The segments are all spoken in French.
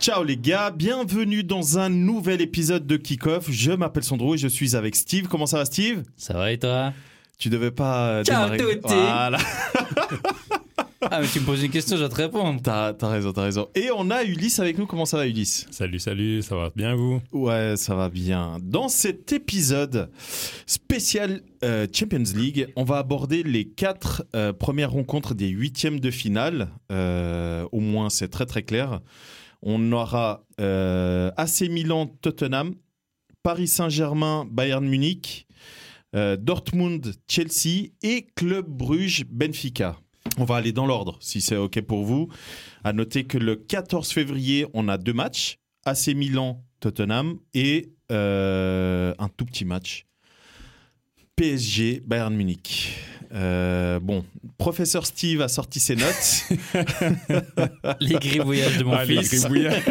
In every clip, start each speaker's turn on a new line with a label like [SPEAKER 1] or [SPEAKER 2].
[SPEAKER 1] Ciao les gars, bienvenue dans un nouvel épisode de Kickoff. Je m'appelle Sandro et je suis avec Steve. Comment ça va Steve
[SPEAKER 2] Ça va et toi
[SPEAKER 1] Tu devais pas euh,
[SPEAKER 2] Ciao,
[SPEAKER 1] démarrer.
[SPEAKER 2] Touti.
[SPEAKER 1] Voilà.
[SPEAKER 2] Ah mais tu me poses une question, je vais te répondre.
[SPEAKER 1] T'as t'as raison, t'as raison. Et on a Ulysse avec nous. Comment ça va Ulysse
[SPEAKER 3] Salut, salut, ça va bien vous
[SPEAKER 1] Ouais, ça va bien. Dans cet épisode spécial euh, Champions League, on va aborder les quatre euh, premières rencontres des huitièmes de finale. Euh, au moins, c'est très très clair. On aura euh, AC Milan, Tottenham, Paris Saint-Germain, Bayern Munich, euh, Dortmund, Chelsea et Club Bruges, Benfica. On va aller dans l'ordre, si c'est OK pour vous. À noter que le 14 février, on a deux matchs. AC Milan, Tottenham et euh, un tout petit match. PSG, Bayern Munich. Euh, bon, professeur Steve a sorti ses notes.
[SPEAKER 2] Les gribouillages de mon
[SPEAKER 3] Ah, les
[SPEAKER 2] fils.
[SPEAKER 3] gribouillages.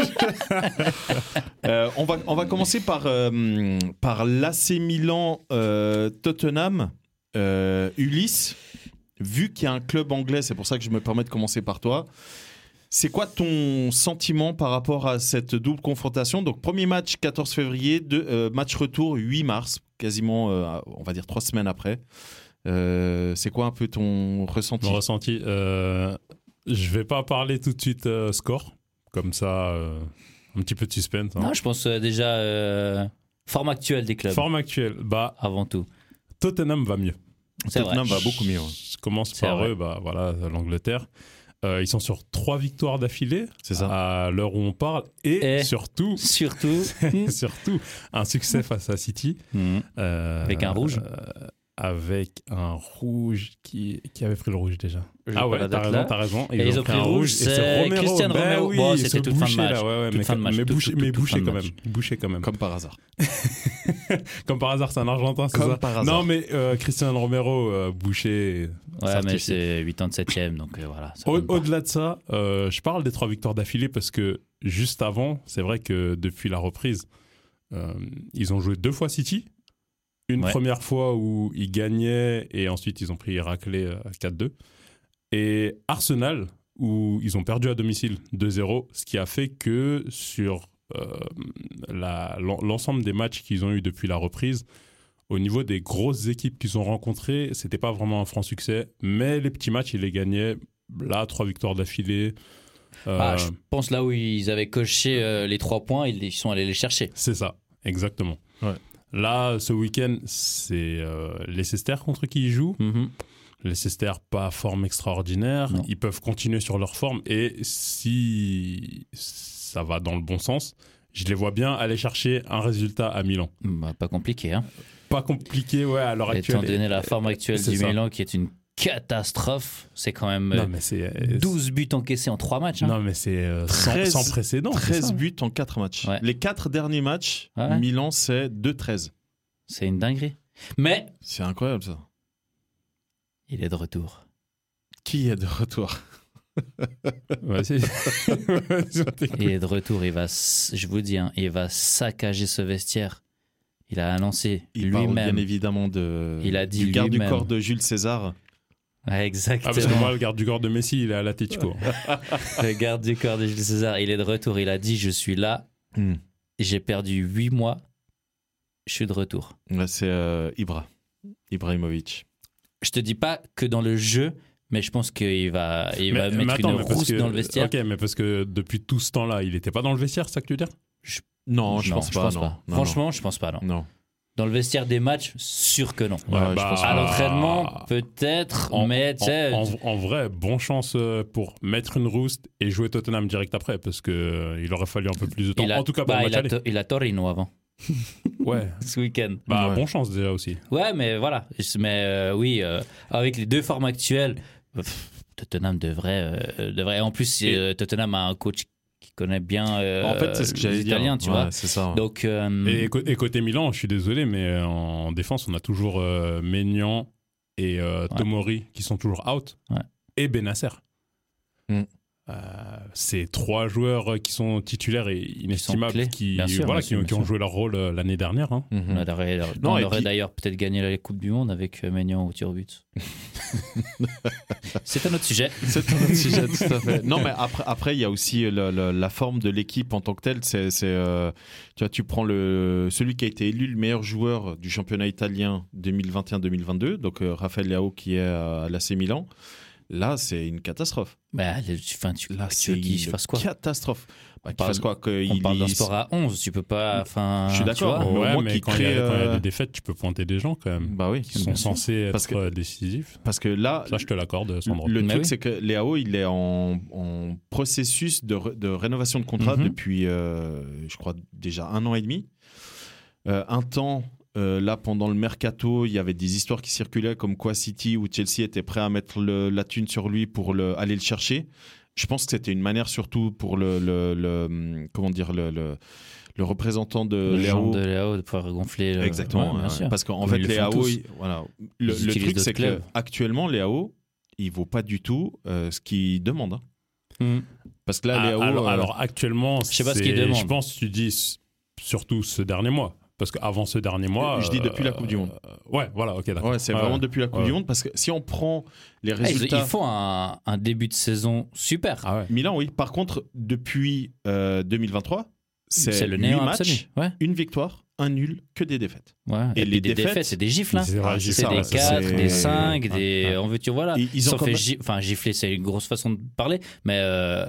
[SPEAKER 1] Euh, on, va, on va commencer par, euh, par l'AC Milan euh, Tottenham. Euh, Ulysse, vu qu'il y a un club anglais, c'est pour ça que je me permets de commencer par toi. C'est quoi ton sentiment par rapport à cette double confrontation Donc, premier match 14 février, deux, euh, match retour 8 mars, quasiment, euh, on va dire, trois semaines après. Euh, c'est quoi un peu ton ressenti
[SPEAKER 3] Mon ressenti, euh, je vais pas parler tout de suite euh, score, comme ça, euh, un petit peu de suspense. hein.
[SPEAKER 2] Non, je pense euh, déjà euh, forme actuelle des clubs
[SPEAKER 3] Forme actuelle, bah
[SPEAKER 2] avant tout.
[SPEAKER 3] Tottenham va mieux.
[SPEAKER 2] C'est vrai.
[SPEAKER 1] Tottenham va beaucoup mieux. ouais.
[SPEAKER 3] Je commence
[SPEAKER 2] C'est
[SPEAKER 3] par
[SPEAKER 2] vrai.
[SPEAKER 3] eux, bah voilà, l'Angleterre. Euh, ils sont sur trois victoires d'affilée
[SPEAKER 1] C'est ça.
[SPEAKER 3] à l'heure où on parle et,
[SPEAKER 2] Et-
[SPEAKER 3] surtout,
[SPEAKER 2] Surtout
[SPEAKER 3] surtout un succès face à City.
[SPEAKER 1] Mhm.
[SPEAKER 3] Euh,
[SPEAKER 2] Avec un rouge.
[SPEAKER 3] euh, avec un rouge qui, qui avait pris le rouge déjà.
[SPEAKER 2] J'ai
[SPEAKER 3] Ah
[SPEAKER 2] pas la
[SPEAKER 3] ouais, t'as
[SPEAKER 2] date
[SPEAKER 3] raison,
[SPEAKER 2] là.
[SPEAKER 3] t'as raison.
[SPEAKER 2] Et ils ont pris
[SPEAKER 3] un
[SPEAKER 2] le rouge,
[SPEAKER 3] et
[SPEAKER 2] c'est
[SPEAKER 3] Romero.
[SPEAKER 2] Christian
[SPEAKER 3] Ben
[SPEAKER 2] Romero.
[SPEAKER 3] oui,
[SPEAKER 2] Bon,
[SPEAKER 3] ce
[SPEAKER 2] c'était toute fin de
[SPEAKER 3] boucher,
[SPEAKER 2] match.
[SPEAKER 3] là, ouais, ouais,
[SPEAKER 2] Toute
[SPEAKER 3] mais
[SPEAKER 2] fin de match,
[SPEAKER 3] mais
[SPEAKER 2] tout,
[SPEAKER 3] bouché-
[SPEAKER 2] tout,
[SPEAKER 3] mais
[SPEAKER 2] tout,
[SPEAKER 3] bouché
[SPEAKER 2] tout fin
[SPEAKER 3] quand
[SPEAKER 2] de
[SPEAKER 3] même. Bouché quand même.
[SPEAKER 1] Comme par hasard.
[SPEAKER 3] Comme par hasard, c'est un Argentin, c'est
[SPEAKER 1] Comme
[SPEAKER 3] ça
[SPEAKER 1] par hasard.
[SPEAKER 3] Non, mais euh, Christian Romero, euh, bouché.
[SPEAKER 2] Ouais, mais
[SPEAKER 3] certifié.
[SPEAKER 2] c'est 87ème, donc euh, voilà. ça
[SPEAKER 3] Au-
[SPEAKER 2] compte pas.
[SPEAKER 3] Au-delà de ça, euh, je parle des trois victoires d'affilée parce que juste avant, c'est vrai que depuis la reprise, euh, ils ont joué deux fois City. Une
[SPEAKER 2] Ouais.
[SPEAKER 3] première fois où ils gagnaient et ensuite ils ont pris Héraclé euh, 4-2. Et Arsenal, où ils ont perdu à domicile 2-0, ce qui a fait que sur euh, la- l'en- l'ensemble des matchs qu'ils ont eu depuis la reprise, au niveau des grosses équipes qu'ils ont rencontrées, c'était pas vraiment un franc succès, mais les petits matchs, ils les gagnaient. Là, trois victoires d'affilée. Euh,
[SPEAKER 2] Ah, je pense là où ils avaient coché euh, les trois points, ils, ils sont allés les chercher.
[SPEAKER 3] C'est ça, exactement.
[SPEAKER 1] Ouais.
[SPEAKER 3] Là, ce week-end, c'est euh, Leicester contre qui ils jouent. Leicester, pas forme extraordinaire.
[SPEAKER 2] Non.
[SPEAKER 3] Ils peuvent continuer sur leur forme. Et si ça va dans le bon sens, je les vois bien aller chercher un résultat à Milan.
[SPEAKER 2] Bah, pas compliqué, hein.
[SPEAKER 3] Pas compliqué, ouais, à l'heure actuelle.
[SPEAKER 2] Étant donné la forme actuelle
[SPEAKER 3] c'est
[SPEAKER 2] du
[SPEAKER 3] ça.
[SPEAKER 2] Milan qui est une catastrophe, c'est quand même
[SPEAKER 3] Non,
[SPEAKER 2] euh,
[SPEAKER 3] mais c'est. euh,
[SPEAKER 2] 12 buts encaissés en 3 matchs. hein.
[SPEAKER 3] Non, mais c'est euh, sans-
[SPEAKER 1] 13
[SPEAKER 3] sans, précédent. c'est
[SPEAKER 1] 13
[SPEAKER 3] ça
[SPEAKER 1] buts en 4 matchs.
[SPEAKER 2] Ouais.
[SPEAKER 1] Les 4 derniers matchs,
[SPEAKER 2] Ouais.
[SPEAKER 1] Milan, c'est 2-13.
[SPEAKER 2] C'est une dinguerie. Mais
[SPEAKER 1] C'est incroyable ça.
[SPEAKER 2] il est de retour.
[SPEAKER 1] Qui est de retour
[SPEAKER 3] Ouais, c'est- Vas-y, on t'écoute.
[SPEAKER 2] Il est de retour, il va, s- je vous dis, hein, il va saccager ce vestiaire. Il a annoncé
[SPEAKER 1] Il parle bien
[SPEAKER 2] lui-même.
[SPEAKER 1] évidemment de,
[SPEAKER 2] Il a dit
[SPEAKER 1] du garde du
[SPEAKER 2] lui-même.
[SPEAKER 1] corps de Jules César.
[SPEAKER 2] Ouais,
[SPEAKER 3] Ah, parce que
[SPEAKER 2] exactement.
[SPEAKER 3] moi, le garde du corps de Messi, il est à l'Atletico.
[SPEAKER 2] le garde du corps de Jules César, il est de retour. Il a dit Je suis là, j'ai perdu 8 mois, je suis de retour.
[SPEAKER 1] Ouais, C'est euh, Ibra. Ibrahimovic.
[SPEAKER 2] Je te dis pas que dans le jeu, mais je pense qu'il va, il va mettre
[SPEAKER 3] attends,
[SPEAKER 2] une
[SPEAKER 3] mais parce
[SPEAKER 2] rousse
[SPEAKER 3] que-
[SPEAKER 2] dans le vestiaire.
[SPEAKER 3] Ok, mais parce que depuis tout ce temps-là, il n'était pas dans le vestiaire, c'est ça que tu veux dire
[SPEAKER 1] Non, je pense pas. non. Non,
[SPEAKER 2] Franchement, je pense pas, non.
[SPEAKER 1] non. non.
[SPEAKER 2] Dans le vestiaire des matchs, sûr que non.
[SPEAKER 1] Ouais, je
[SPEAKER 3] bah,
[SPEAKER 1] pense
[SPEAKER 2] À
[SPEAKER 1] Ah.
[SPEAKER 2] l'entraînement, peut-être,
[SPEAKER 3] En-
[SPEAKER 2] mais tu sais,
[SPEAKER 3] En, en- en vrai, bonne chance euh, pour mettre une rouste et jouer Tottenham direct après, parce que euh, il aurait fallu un peu plus de temps.
[SPEAKER 2] il a-
[SPEAKER 3] en tout cas, pour
[SPEAKER 2] bah,
[SPEAKER 3] le match
[SPEAKER 2] il, a,
[SPEAKER 3] aller.
[SPEAKER 2] to- il a Torino avant,
[SPEAKER 3] Ouais.
[SPEAKER 2] ce week-end.
[SPEAKER 3] Bah,
[SPEAKER 1] Ouais.
[SPEAKER 3] bon chance déjà aussi.
[SPEAKER 2] Ouais, mais voilà. Mais euh, oui, euh, avec les deux formes actuelles, pff, Tottenham devrait, euh, devrait. En plus,
[SPEAKER 3] Et-
[SPEAKER 2] euh, Tottenham a un coach qui connaît bien euh,
[SPEAKER 1] en fait, c'est ce que
[SPEAKER 2] les
[SPEAKER 1] j'allais dire.
[SPEAKER 2] Italiens, tu
[SPEAKER 1] Ouais,
[SPEAKER 2] vois.
[SPEAKER 1] C'est ça. ouais.
[SPEAKER 2] Donc, euh,
[SPEAKER 3] Et, co- et côté Milan, je suis désolé, mais euh, en défense, on a toujours euh, Maignan et euh,
[SPEAKER 2] Ouais.
[SPEAKER 3] Tomori qui sont toujours out,
[SPEAKER 2] Ouais.
[SPEAKER 3] et Benacer.
[SPEAKER 1] Mm.
[SPEAKER 3] Euh, ces trois joueurs euh, qui sont titulaires et inestimables,
[SPEAKER 2] clés,
[SPEAKER 3] qui,
[SPEAKER 2] bien sûr,
[SPEAKER 3] voilà,
[SPEAKER 2] bien sûr,
[SPEAKER 3] qui,
[SPEAKER 2] bien
[SPEAKER 3] qui ont
[SPEAKER 2] sûr.
[SPEAKER 3] joué leur rôle euh, l'année dernière. hein.
[SPEAKER 1] Mhm.
[SPEAKER 2] On aurait,
[SPEAKER 1] Non,
[SPEAKER 2] on
[SPEAKER 1] et
[SPEAKER 2] aurait
[SPEAKER 1] puis-
[SPEAKER 2] d'ailleurs peut-être gagné la Coupe du Monde avec euh, Maignan au tir au but. C'est un autre sujet.
[SPEAKER 1] C'est un autre sujet, tout à fait. Non, mais après, après, il y a aussi le- le- la forme de l'équipe en tant que telle. C'est, c'est, euh, tu vois, tu prends le, celui qui a été élu le meilleur joueur du championnat italien 2021-2022, donc euh, Raphaël Leao qui est à l'AC Milan. Là, c'est une catastrophe.
[SPEAKER 2] Bah, le- tu, enfin, tu,
[SPEAKER 1] Là,
[SPEAKER 2] tu
[SPEAKER 1] c'est
[SPEAKER 2] veux qu'il
[SPEAKER 1] une
[SPEAKER 2] fasse quoi
[SPEAKER 1] catastrophe. Bah,
[SPEAKER 2] On
[SPEAKER 1] qu'il
[SPEAKER 2] parle-
[SPEAKER 1] fasse quoi
[SPEAKER 2] On
[SPEAKER 1] qu'il
[SPEAKER 2] parle d'un
[SPEAKER 1] il-
[SPEAKER 2] sport à 11, tu peux pas. Enfin,
[SPEAKER 1] Je suis
[SPEAKER 2] tu
[SPEAKER 1] d'accord,
[SPEAKER 2] vois.
[SPEAKER 1] mais au
[SPEAKER 3] Ouais,
[SPEAKER 1] moins
[SPEAKER 3] mais
[SPEAKER 1] qu'ils
[SPEAKER 3] quand il y a-
[SPEAKER 1] créent,
[SPEAKER 3] quand il y a
[SPEAKER 1] euh,
[SPEAKER 3] des défaites, tu peux pointer des gens quand même.
[SPEAKER 1] Bah oui.
[SPEAKER 3] qui sont
[SPEAKER 2] Bien sûr.
[SPEAKER 3] censés être
[SPEAKER 1] Parce que-
[SPEAKER 3] euh, décisifs.
[SPEAKER 1] Parce que là,
[SPEAKER 3] Ça, je te l'accorde, Sandro.
[SPEAKER 1] Le
[SPEAKER 2] Mais
[SPEAKER 1] truc,
[SPEAKER 2] oui.
[SPEAKER 1] c'est que Léo, il est en, en processus de, re- de rénovation de contrat
[SPEAKER 2] Mhm.
[SPEAKER 1] depuis, euh, je crois, déjà un an et demi. Euh, un temps, euh, là, pendant le mercato, il y avait des histoires qui circulaient comme quoi City ou Chelsea étaient prêts à mettre le- la thune sur lui pour le- aller le chercher. Je pense que c'était une manière surtout pour le, le- le- comment dire, le, le- le représentant de
[SPEAKER 2] Le genre
[SPEAKER 1] euh, Léo.
[SPEAKER 2] de Léo de pouvoir gonfler. le-
[SPEAKER 1] Exactement,
[SPEAKER 2] Euh, Ouais, bien
[SPEAKER 1] hein,
[SPEAKER 2] sûr.
[SPEAKER 1] parce qu'en
[SPEAKER 2] Comme
[SPEAKER 1] fait,
[SPEAKER 2] ils le
[SPEAKER 1] les
[SPEAKER 2] font
[SPEAKER 1] AO,
[SPEAKER 2] tous.
[SPEAKER 1] ils- voilà. le,
[SPEAKER 2] Ils
[SPEAKER 1] le
[SPEAKER 2] utilisent
[SPEAKER 1] truc,
[SPEAKER 2] d'autres
[SPEAKER 1] c'est que
[SPEAKER 2] clubs.
[SPEAKER 1] actuellement, les AO, il vaut pas du tout euh, ce qu'ils demandent. hein.
[SPEAKER 2] Mhm.
[SPEAKER 1] Parce que là,
[SPEAKER 3] Ah,
[SPEAKER 1] les AO,
[SPEAKER 3] alors,
[SPEAKER 1] euh,
[SPEAKER 3] alors, actuellement,
[SPEAKER 2] Je sais pas ce
[SPEAKER 3] c'est-
[SPEAKER 2] qu'ils demandent.
[SPEAKER 3] Je pense que tu dis s- surtout ce dernier mois. Parce qu'avant ce dernier mois.
[SPEAKER 1] Je dis depuis la Coupe du Monde.
[SPEAKER 3] euh, Ouais, voilà, ok, d'accord.
[SPEAKER 1] ouais, c'est
[SPEAKER 3] Ouais,
[SPEAKER 1] vraiment
[SPEAKER 3] ouais.
[SPEAKER 1] depuis la Coupe
[SPEAKER 3] Ouais.
[SPEAKER 1] du Monde. Parce que si on prend les
[SPEAKER 2] Eh, Ils,
[SPEAKER 1] résultats.
[SPEAKER 2] ils font un, un début de saison super.
[SPEAKER 3] Ah ouais.
[SPEAKER 1] Milan, oui. Par contre, depuis euh, 2023, c'est
[SPEAKER 2] C'est le
[SPEAKER 1] le
[SPEAKER 2] néant
[SPEAKER 1] match,
[SPEAKER 2] absolu. Ouais.
[SPEAKER 1] une victoire, un nul, que des défaites.
[SPEAKER 2] Ouais.
[SPEAKER 1] Et
[SPEAKER 2] Et,
[SPEAKER 1] les
[SPEAKER 2] puis des
[SPEAKER 1] défaites,
[SPEAKER 2] défaites, c'est des gifles. hein.
[SPEAKER 3] C'est vrai,
[SPEAKER 1] c'est
[SPEAKER 2] C'est
[SPEAKER 1] ça,
[SPEAKER 2] des
[SPEAKER 1] ouais, ça,
[SPEAKER 2] 4,
[SPEAKER 1] c'est-
[SPEAKER 2] des 5, des.
[SPEAKER 3] Ouais.
[SPEAKER 2] On veut, tu vois, là.
[SPEAKER 1] Ils- ils
[SPEAKER 2] Ils
[SPEAKER 1] ont
[SPEAKER 2] ont
[SPEAKER 1] quand
[SPEAKER 2] fait
[SPEAKER 1] même-
[SPEAKER 2] gi- Enfin, gifler, c'est une grosse façon de parler, mais euh,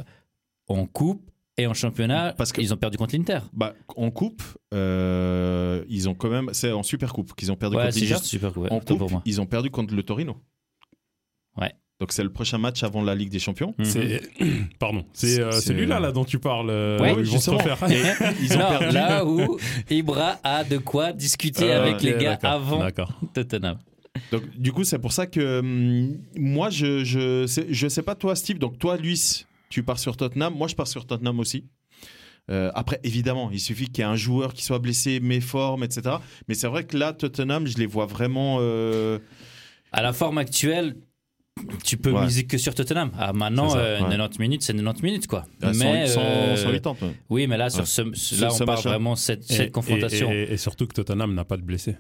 [SPEAKER 2] en coupe et en championnat,
[SPEAKER 1] Parce que-
[SPEAKER 2] Ah, ils ont perdu contre l'Inter.
[SPEAKER 1] Bah, en coupe, euh, ils ont quand même. C'est en super coupe qu'ils ont perdu
[SPEAKER 2] Ouais,
[SPEAKER 1] contre
[SPEAKER 2] c'est
[SPEAKER 1] l'Inter.
[SPEAKER 2] juste super cool.
[SPEAKER 1] En
[SPEAKER 2] Autant
[SPEAKER 1] coupe,
[SPEAKER 2] pour moi.
[SPEAKER 1] ils ont perdu contre le Torino.
[SPEAKER 2] Ouais.
[SPEAKER 1] Donc c'est le prochain match avant la Ligue des Champions.
[SPEAKER 2] Mhm.
[SPEAKER 3] C'est- Pardon. C'est
[SPEAKER 1] C'est-
[SPEAKER 3] euh,
[SPEAKER 1] c'est-
[SPEAKER 3] celui-là là, dont tu parles. euh,
[SPEAKER 2] Mm. Ouais,
[SPEAKER 3] où ils vont se
[SPEAKER 1] justement.
[SPEAKER 3] refaire.
[SPEAKER 1] Et ils ont
[SPEAKER 2] Non,
[SPEAKER 1] perdu.
[SPEAKER 2] Là où Ibra a de quoi discuter
[SPEAKER 1] Euh,
[SPEAKER 2] avec
[SPEAKER 1] ok,
[SPEAKER 2] les gars
[SPEAKER 3] D'accord,
[SPEAKER 2] avant
[SPEAKER 3] D'accord.
[SPEAKER 2] Tottenham.
[SPEAKER 1] Donc, du coup, c'est pour ça que hum, moi, je, je, sais, je sais pas, toi, Steve. Donc, toi, Luis, tu pars sur Tottenham. Moi, je pars sur Tottenham aussi. Euh, après, évidemment, il suffit qu'il y ait un joueur qui soit blessé, méforme, etc. Mais c'est vrai que là, Tottenham, je les vois vraiment. euh,
[SPEAKER 2] À la forme actuelle, tu peux
[SPEAKER 1] Ouais.
[SPEAKER 2] miser que sur Tottenham. Ah, maintenant,
[SPEAKER 1] C'est ça,
[SPEAKER 2] euh,
[SPEAKER 1] ouais.
[SPEAKER 2] 90 minutes, c'est 90 minutes, quoi.
[SPEAKER 1] à
[SPEAKER 2] mais
[SPEAKER 1] 100,
[SPEAKER 2] euh,
[SPEAKER 1] 180. ouais.
[SPEAKER 2] oui, mais là, sur
[SPEAKER 1] Ouais.
[SPEAKER 2] ce, ce-
[SPEAKER 1] Ce-
[SPEAKER 2] là, on
[SPEAKER 1] ce
[SPEAKER 2] parle
[SPEAKER 1] match-là.
[SPEAKER 2] vraiment de cette,
[SPEAKER 3] Et-
[SPEAKER 2] cette confrontation.
[SPEAKER 3] Et, et- et surtout que Tottenham n'a pas de blessés.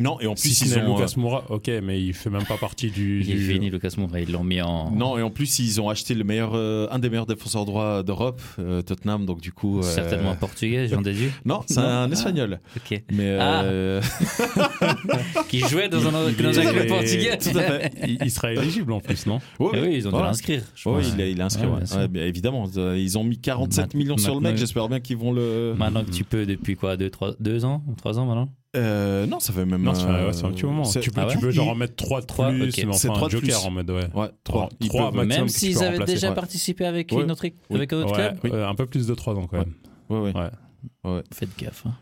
[SPEAKER 1] Non, et en plus,
[SPEAKER 3] Si ce
[SPEAKER 1] ils
[SPEAKER 3] n'est
[SPEAKER 1] ont. euh,
[SPEAKER 3] Lucas Moura, ok, mais il fait même pas partie du.
[SPEAKER 2] euh, il est
[SPEAKER 3] du-
[SPEAKER 2] fini, Lucas Moura. Ils l'ont mis en.
[SPEAKER 1] Non, et en plus, ils ont acheté le meilleur, euh, un des meilleurs défenseurs droits d'Europe, euh, Tottenham, donc du coup. euh,
[SPEAKER 2] Certainement un portugais, j'en déduis.
[SPEAKER 1] Non, c'est
[SPEAKER 2] Non. Ah.
[SPEAKER 1] un espagnol.
[SPEAKER 2] Ok.
[SPEAKER 1] Mais. euh,
[SPEAKER 2] Qui jouait dans un,
[SPEAKER 1] Il-
[SPEAKER 2] dans un
[SPEAKER 1] il
[SPEAKER 2] club
[SPEAKER 1] est-
[SPEAKER 2] portugais.
[SPEAKER 1] Tout à fait.
[SPEAKER 3] Il, il sera éligible en plus, non
[SPEAKER 1] Ouais,
[SPEAKER 2] Eh
[SPEAKER 1] ouais.
[SPEAKER 2] oui, ils ont dû
[SPEAKER 1] Voilà.
[SPEAKER 2] l'inscrire. je
[SPEAKER 1] Oui,
[SPEAKER 2] pense.
[SPEAKER 1] il, est- il est inscrit,
[SPEAKER 2] Ouais,
[SPEAKER 1] ouais.
[SPEAKER 2] bien sûr.
[SPEAKER 1] Ouais, bien évidemment. euh, Ils ont mis 47
[SPEAKER 2] Ma-
[SPEAKER 1] millions sur le mec,
[SPEAKER 2] maintenant,
[SPEAKER 1] j'espère bien qu'ils vont le.
[SPEAKER 2] Maintenant que tu peux, depuis quoi 2 trois, deux ans 3 ans maintenant
[SPEAKER 1] Euh, non, ça fait même.
[SPEAKER 3] Non, c'est
[SPEAKER 1] euh,
[SPEAKER 3] ouais, c'est un petit moment.
[SPEAKER 1] c'est-
[SPEAKER 3] Tu peux,
[SPEAKER 2] Ah
[SPEAKER 3] tu
[SPEAKER 2] ouais
[SPEAKER 3] peux genre en mettre 3 de
[SPEAKER 2] Trois,
[SPEAKER 3] plus,
[SPEAKER 2] ok.
[SPEAKER 3] mais
[SPEAKER 1] C'est
[SPEAKER 3] enfin,
[SPEAKER 1] trois
[SPEAKER 3] un
[SPEAKER 1] de
[SPEAKER 3] Joker
[SPEAKER 1] plus.
[SPEAKER 3] en mode, ouais.
[SPEAKER 1] Ouais, 3.
[SPEAKER 3] Trois, trois
[SPEAKER 1] peuvent...
[SPEAKER 3] maximum
[SPEAKER 2] Même
[SPEAKER 3] que tu
[SPEAKER 2] s'ils
[SPEAKER 3] peux
[SPEAKER 2] avaient
[SPEAKER 3] remplacer,
[SPEAKER 2] déjà
[SPEAKER 3] ouais.
[SPEAKER 2] participé avec
[SPEAKER 1] Ouais.
[SPEAKER 2] une autre, équipe-
[SPEAKER 1] Oui.
[SPEAKER 2] avec un autre
[SPEAKER 3] Ouais,
[SPEAKER 2] club
[SPEAKER 3] euh, un peu plus de 3 ans quand même.
[SPEAKER 1] Ouais, ouais.
[SPEAKER 3] Ouais.
[SPEAKER 2] Faites gaffe. hein.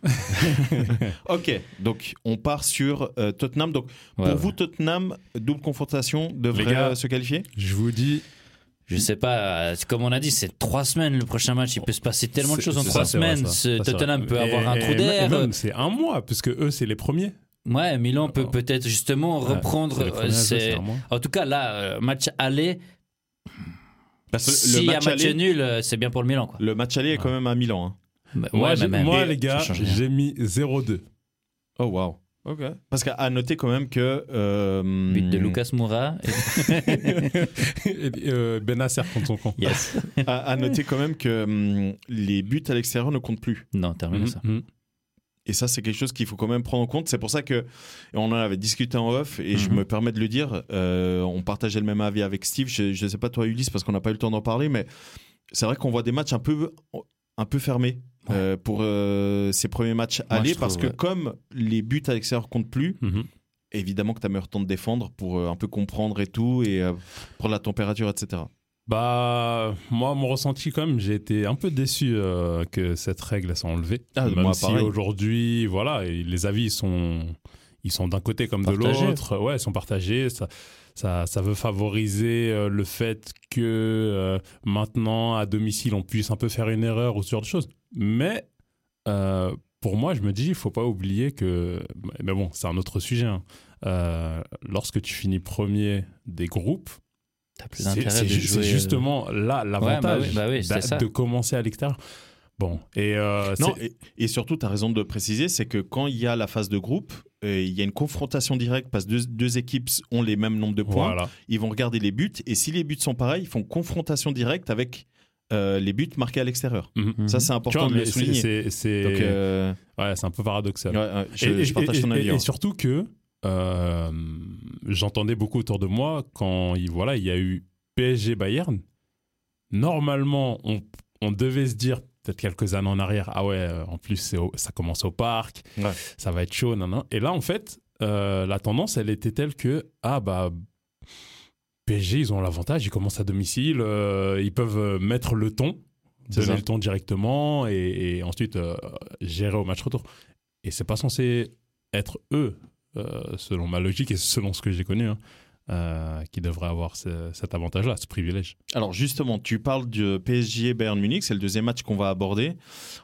[SPEAKER 1] Ok, donc on part sur euh, Tottenham. Donc
[SPEAKER 2] Ouais,
[SPEAKER 1] pour
[SPEAKER 2] ouais.
[SPEAKER 1] vous, Tottenham, double confrontation devrait
[SPEAKER 3] Les gars-
[SPEAKER 1] euh, se qualifier
[SPEAKER 3] Je vous dis,
[SPEAKER 2] Je sais pas, euh, comme on a dit, c'est trois semaines le prochain match. Il peut se passer tellement de
[SPEAKER 3] C'est-
[SPEAKER 2] choses en
[SPEAKER 3] c'est
[SPEAKER 2] trois
[SPEAKER 3] ça, c'est vrai,
[SPEAKER 2] semaines.
[SPEAKER 3] ça.
[SPEAKER 2] Ce
[SPEAKER 3] Ça, c'est
[SPEAKER 2] Tottenham
[SPEAKER 3] vrai.
[SPEAKER 2] peut avoir un
[SPEAKER 3] Et-
[SPEAKER 2] trou
[SPEAKER 3] et même-
[SPEAKER 2] d'air.
[SPEAKER 3] C'est un mois, puisque eux, c'est les premiers.
[SPEAKER 2] Ouais, Milan peut peut-être justement
[SPEAKER 3] Oh. Ouais,
[SPEAKER 2] reprendre.
[SPEAKER 3] c'est les premiers à jouer,
[SPEAKER 2] euh,
[SPEAKER 3] c'est
[SPEAKER 2] c'est-
[SPEAKER 3] un mois.
[SPEAKER 2] En tout cas, là, euh, match aller.
[SPEAKER 1] Parce que
[SPEAKER 2] S'il y a match
[SPEAKER 1] aller,
[SPEAKER 2] nul, euh, c'est bien pour le Milan. Quoi.
[SPEAKER 1] le match aller est quand même à Milan. hein.
[SPEAKER 2] Bah,
[SPEAKER 3] Moi,
[SPEAKER 2] ouais,
[SPEAKER 3] j'ai-
[SPEAKER 2] mais même.
[SPEAKER 3] moi,
[SPEAKER 2] Et
[SPEAKER 3] les
[SPEAKER 2] ça
[SPEAKER 3] gars,
[SPEAKER 2] change rien.
[SPEAKER 3] j'ai mis 0-2.
[SPEAKER 1] Oh waouh. Ok. Parce qu'à à noter quand même que. euh,
[SPEAKER 2] But de Lucas Moura. Et-
[SPEAKER 3] Et, euh, Benacer contre son camp.
[SPEAKER 2] Yes.
[SPEAKER 1] à, à noter quand même que hum, les buts à l'extérieur ne comptent plus.
[SPEAKER 2] non, termine ça.
[SPEAKER 3] Mhm.
[SPEAKER 1] Et ça, c'est quelque chose qu'il faut quand même prendre en compte. C'est pour ça que, et on en avait discuté en off, et je
[SPEAKER 3] Mhm.
[SPEAKER 1] me permets de le dire, euh, on partageait le même avis avec Steve. Je ne sais pas toi, Ulysse, parce qu'on n'a pas eu le temps d'en parler, mais c'est vrai qu'on voit des matchs un peu, un peu fermés
[SPEAKER 2] Ouais.
[SPEAKER 1] euh, pour euh, ces premiers matchs
[SPEAKER 2] Moi,
[SPEAKER 1] allés,
[SPEAKER 2] je trouve,
[SPEAKER 1] parce que
[SPEAKER 2] ouais.
[SPEAKER 1] comme les buts à l'extérieur comptent plus,
[SPEAKER 3] Mhm.
[SPEAKER 1] évidemment que tu as meilleur temps de défendre pour euh, un peu comprendre et tout, et euh, prendre la température, etc.
[SPEAKER 3] Bah, moi, mon ressenti, quand même, j'ai été un peu déçu euh, que cette règle elle soit enlevée.
[SPEAKER 1] Ah,
[SPEAKER 3] Même
[SPEAKER 1] moi,
[SPEAKER 3] si
[SPEAKER 1] pareil.
[SPEAKER 3] aujourd'hui, voilà, et les avis ils sont, ils sont d'un côté comme
[SPEAKER 2] Partagés.
[SPEAKER 3] de l'autre. Ouais, ils sont partagés. Ça, ça, ça veut favoriser euh, le fait que euh, maintenant, à domicile, on puisse un peu faire une erreur ou ce genre de choses. Mais euh, pour moi, je me dis, il faut pas oublier que. Mais bon, c'est un autre sujet. hein. Euh, lorsque tu finis premier des groupes,
[SPEAKER 2] T'as plus
[SPEAKER 3] C'est
[SPEAKER 2] d'intérêt
[SPEAKER 3] c'est
[SPEAKER 2] de
[SPEAKER 3] ju- c'est
[SPEAKER 2] jouer. euh,
[SPEAKER 3] justement là l'avantage
[SPEAKER 2] bah oui, c'est
[SPEAKER 3] d'a-
[SPEAKER 2] ça.
[SPEAKER 3] de commencer à l'extérieur. Bon, et euh,
[SPEAKER 1] Non,
[SPEAKER 3] c'est-
[SPEAKER 1] et, et surtout, tu as raison de le préciser, c'est que quand il y a la phase de groupe, euh, il y a une confrontation directe parce que deux, deux équipes ont les mêmes nombres de points.
[SPEAKER 3] voilà.
[SPEAKER 1] Ils vont regarder les buts et si les buts sont pareils, ils font confrontation directe avec euh, les buts marqués à l'extérieur.
[SPEAKER 3] Mhm.
[SPEAKER 1] Ça, c'est
[SPEAKER 3] Tu
[SPEAKER 1] important
[SPEAKER 3] vois,
[SPEAKER 1] de le
[SPEAKER 3] mais c'est-
[SPEAKER 1] souligner.
[SPEAKER 3] c'est- c'est
[SPEAKER 1] Donc, euh,
[SPEAKER 3] ouais, c'est un peu paradoxal.
[SPEAKER 1] ouais, ouais, je,
[SPEAKER 3] et,
[SPEAKER 1] je partage
[SPEAKER 3] et-
[SPEAKER 1] ton
[SPEAKER 3] et-
[SPEAKER 1] avis. hein.
[SPEAKER 3] et
[SPEAKER 1] ouais.
[SPEAKER 3] surtout que euh, j'entendais beaucoup autour de moi quand il, voilà, il y a eu PSG Bayern. Normalement, on, on devait se dire peut-être quelques années en arrière ah ouais, euh, en plus, c'est au- ça commence au parc,
[SPEAKER 1] Ouais.
[SPEAKER 3] ça va être chaud. nan, nan. Et là, en fait, euh, la tendance, elle était telle que ah bah. PSG, ils ont l'avantage, ils commencent à domicile, euh, ils peuvent euh, mettre le ton,
[SPEAKER 1] C'est
[SPEAKER 3] donner
[SPEAKER 1] ça.
[SPEAKER 3] le ton directement et, et ensuite euh, gérer au match retour. Et c'est pas censé être eux, euh, selon ma logique et selon ce que j'ai connu, hein, euh, qui devraient avoir ce- cet avantage-là, ce privilège.
[SPEAKER 1] Alors justement, tu parles du PSG et Bayern Munich, c'est le deuxième match qu'on va aborder.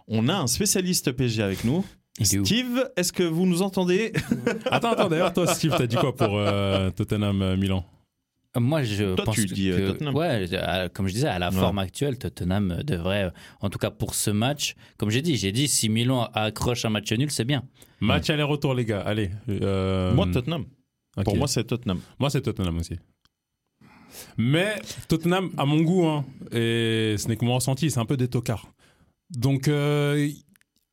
[SPEAKER 1] On a un spécialiste PSG avec nous.
[SPEAKER 2] Il est où
[SPEAKER 1] Steve, est-ce que vous nous entendez
[SPEAKER 3] Attends, attends, d'ailleurs, toi, Steve, t'as dit quoi pour euh, Tottenham euh, Milan
[SPEAKER 2] Moi, je
[SPEAKER 1] Toi,
[SPEAKER 2] pense
[SPEAKER 1] tu
[SPEAKER 2] que,
[SPEAKER 1] dis, euh, Tottenham.
[SPEAKER 2] ouais, à- comme je disais, à la
[SPEAKER 1] Ouais.
[SPEAKER 2] forme actuelle, Tottenham euh, devrait, euh, en tout cas pour ce match, comme j'ai dit, j'ai dit si Milan accroche un match nul, c'est bien.
[SPEAKER 3] Match aller-retour, les gars, allez. euh,
[SPEAKER 1] Moi, Tottenham.
[SPEAKER 3] ok.
[SPEAKER 1] Pour moi, c'est Tottenham.
[SPEAKER 3] Moi, c'est Tottenham aussi. Mais Tottenham, à mon goût, hein, et ce n'est que mon ressenti, c'est un peu des tocards. Donc, euh,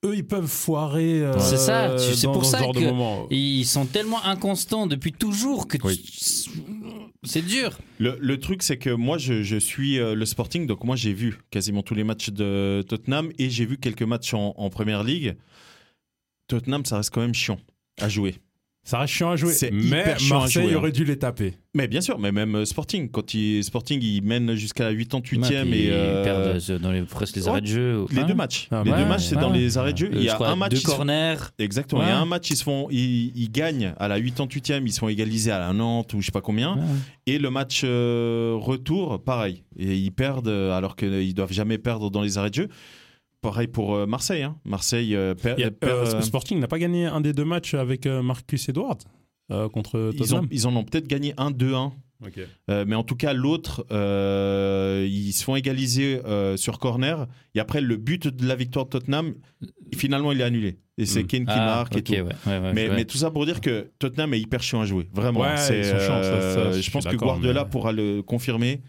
[SPEAKER 3] eux, ils peuvent foirer. euh,
[SPEAKER 2] C'est ça, tu- c'est
[SPEAKER 3] dans-
[SPEAKER 2] pour
[SPEAKER 3] dans ce
[SPEAKER 2] ça
[SPEAKER 3] genre de
[SPEAKER 2] que-
[SPEAKER 3] moment.
[SPEAKER 2] Ils sont tellement inconstants depuis toujours que tu-
[SPEAKER 3] Oui.
[SPEAKER 2] c'est dur.
[SPEAKER 1] Le, le truc, c'est que moi, je, je suis euh, le Sporting, donc moi, j'ai vu quasiment tous les matchs de Tottenham et j'ai vu quelques matchs en, en Première Ligue. Tottenham, ça reste quand même chiant à jouer.
[SPEAKER 3] Ça reste chiant à jouer.
[SPEAKER 1] C'est
[SPEAKER 3] Mais
[SPEAKER 1] hyper chiant à
[SPEAKER 3] Marseille
[SPEAKER 1] jouer, hein.
[SPEAKER 3] aurait dû les taper.
[SPEAKER 1] Mais bien sûr, mais même euh, Sporting, quand il, Sporting, il mène jusqu'à la 88e
[SPEAKER 2] Puis
[SPEAKER 1] et...
[SPEAKER 2] ils
[SPEAKER 1] euh,
[SPEAKER 2] perdent euh, dans les, presque les
[SPEAKER 1] ouais,
[SPEAKER 2] arrêts de jeu.
[SPEAKER 1] les
[SPEAKER 2] Hein
[SPEAKER 1] deux matchs.
[SPEAKER 3] Ah,
[SPEAKER 1] les
[SPEAKER 2] ouais,
[SPEAKER 1] deux matchs, c'est
[SPEAKER 2] ouais,
[SPEAKER 1] dans
[SPEAKER 2] ouais.
[SPEAKER 1] les arrêts de jeu.
[SPEAKER 2] Euh,
[SPEAKER 1] Il y
[SPEAKER 2] je
[SPEAKER 1] a
[SPEAKER 2] crois,
[SPEAKER 1] un match...
[SPEAKER 2] deux
[SPEAKER 1] ils se font-
[SPEAKER 2] corners.
[SPEAKER 1] Exactement. Il y
[SPEAKER 2] Ouais.
[SPEAKER 1] a un match, ils se font, ils, ils gagnent à la 88e, ils sont égalisés à la Nantes ou je sais pas combien.
[SPEAKER 2] Ouais.
[SPEAKER 1] Et le match euh, retour, pareil. Et ils perdent euh, alors qu'ils doivent jamais perdre dans les arrêts de jeu. Pareil pour euh, Marseille. hein. Marseille euh, per-
[SPEAKER 3] Il y a-
[SPEAKER 1] perd,
[SPEAKER 3] euh,
[SPEAKER 1] euh,
[SPEAKER 3] Sporting n'a pas gagné un des deux matchs avec euh, Marcus Edwards euh, contre
[SPEAKER 1] ils, ont-
[SPEAKER 3] Tottenham. Mm.
[SPEAKER 1] ils en ont peut-être gagné 1-2-1. Euh, mais en tout cas, l'autre, euh, ils se font égaliser euh, sur corner. Et après, le but de la victoire de Tottenham, finalement, il est annulé. Et c'est
[SPEAKER 3] Mm.
[SPEAKER 1] Kane qui
[SPEAKER 2] Ah,
[SPEAKER 1] marque et
[SPEAKER 2] ok,
[SPEAKER 1] tout.
[SPEAKER 2] ouais, ouais, ouais,
[SPEAKER 1] Mais,
[SPEAKER 2] ouais.
[SPEAKER 1] mais tout ça pour dire que Tottenham est hyper chiant à jouer. Vraiment.
[SPEAKER 3] Ouais,
[SPEAKER 1] C'est, euh,
[SPEAKER 3] ils sont chiants, ça, ça, je
[SPEAKER 1] je
[SPEAKER 3] suis
[SPEAKER 1] pense que
[SPEAKER 3] d'accord,
[SPEAKER 1] Guardiola
[SPEAKER 3] mais-
[SPEAKER 1] pourra le confirmer.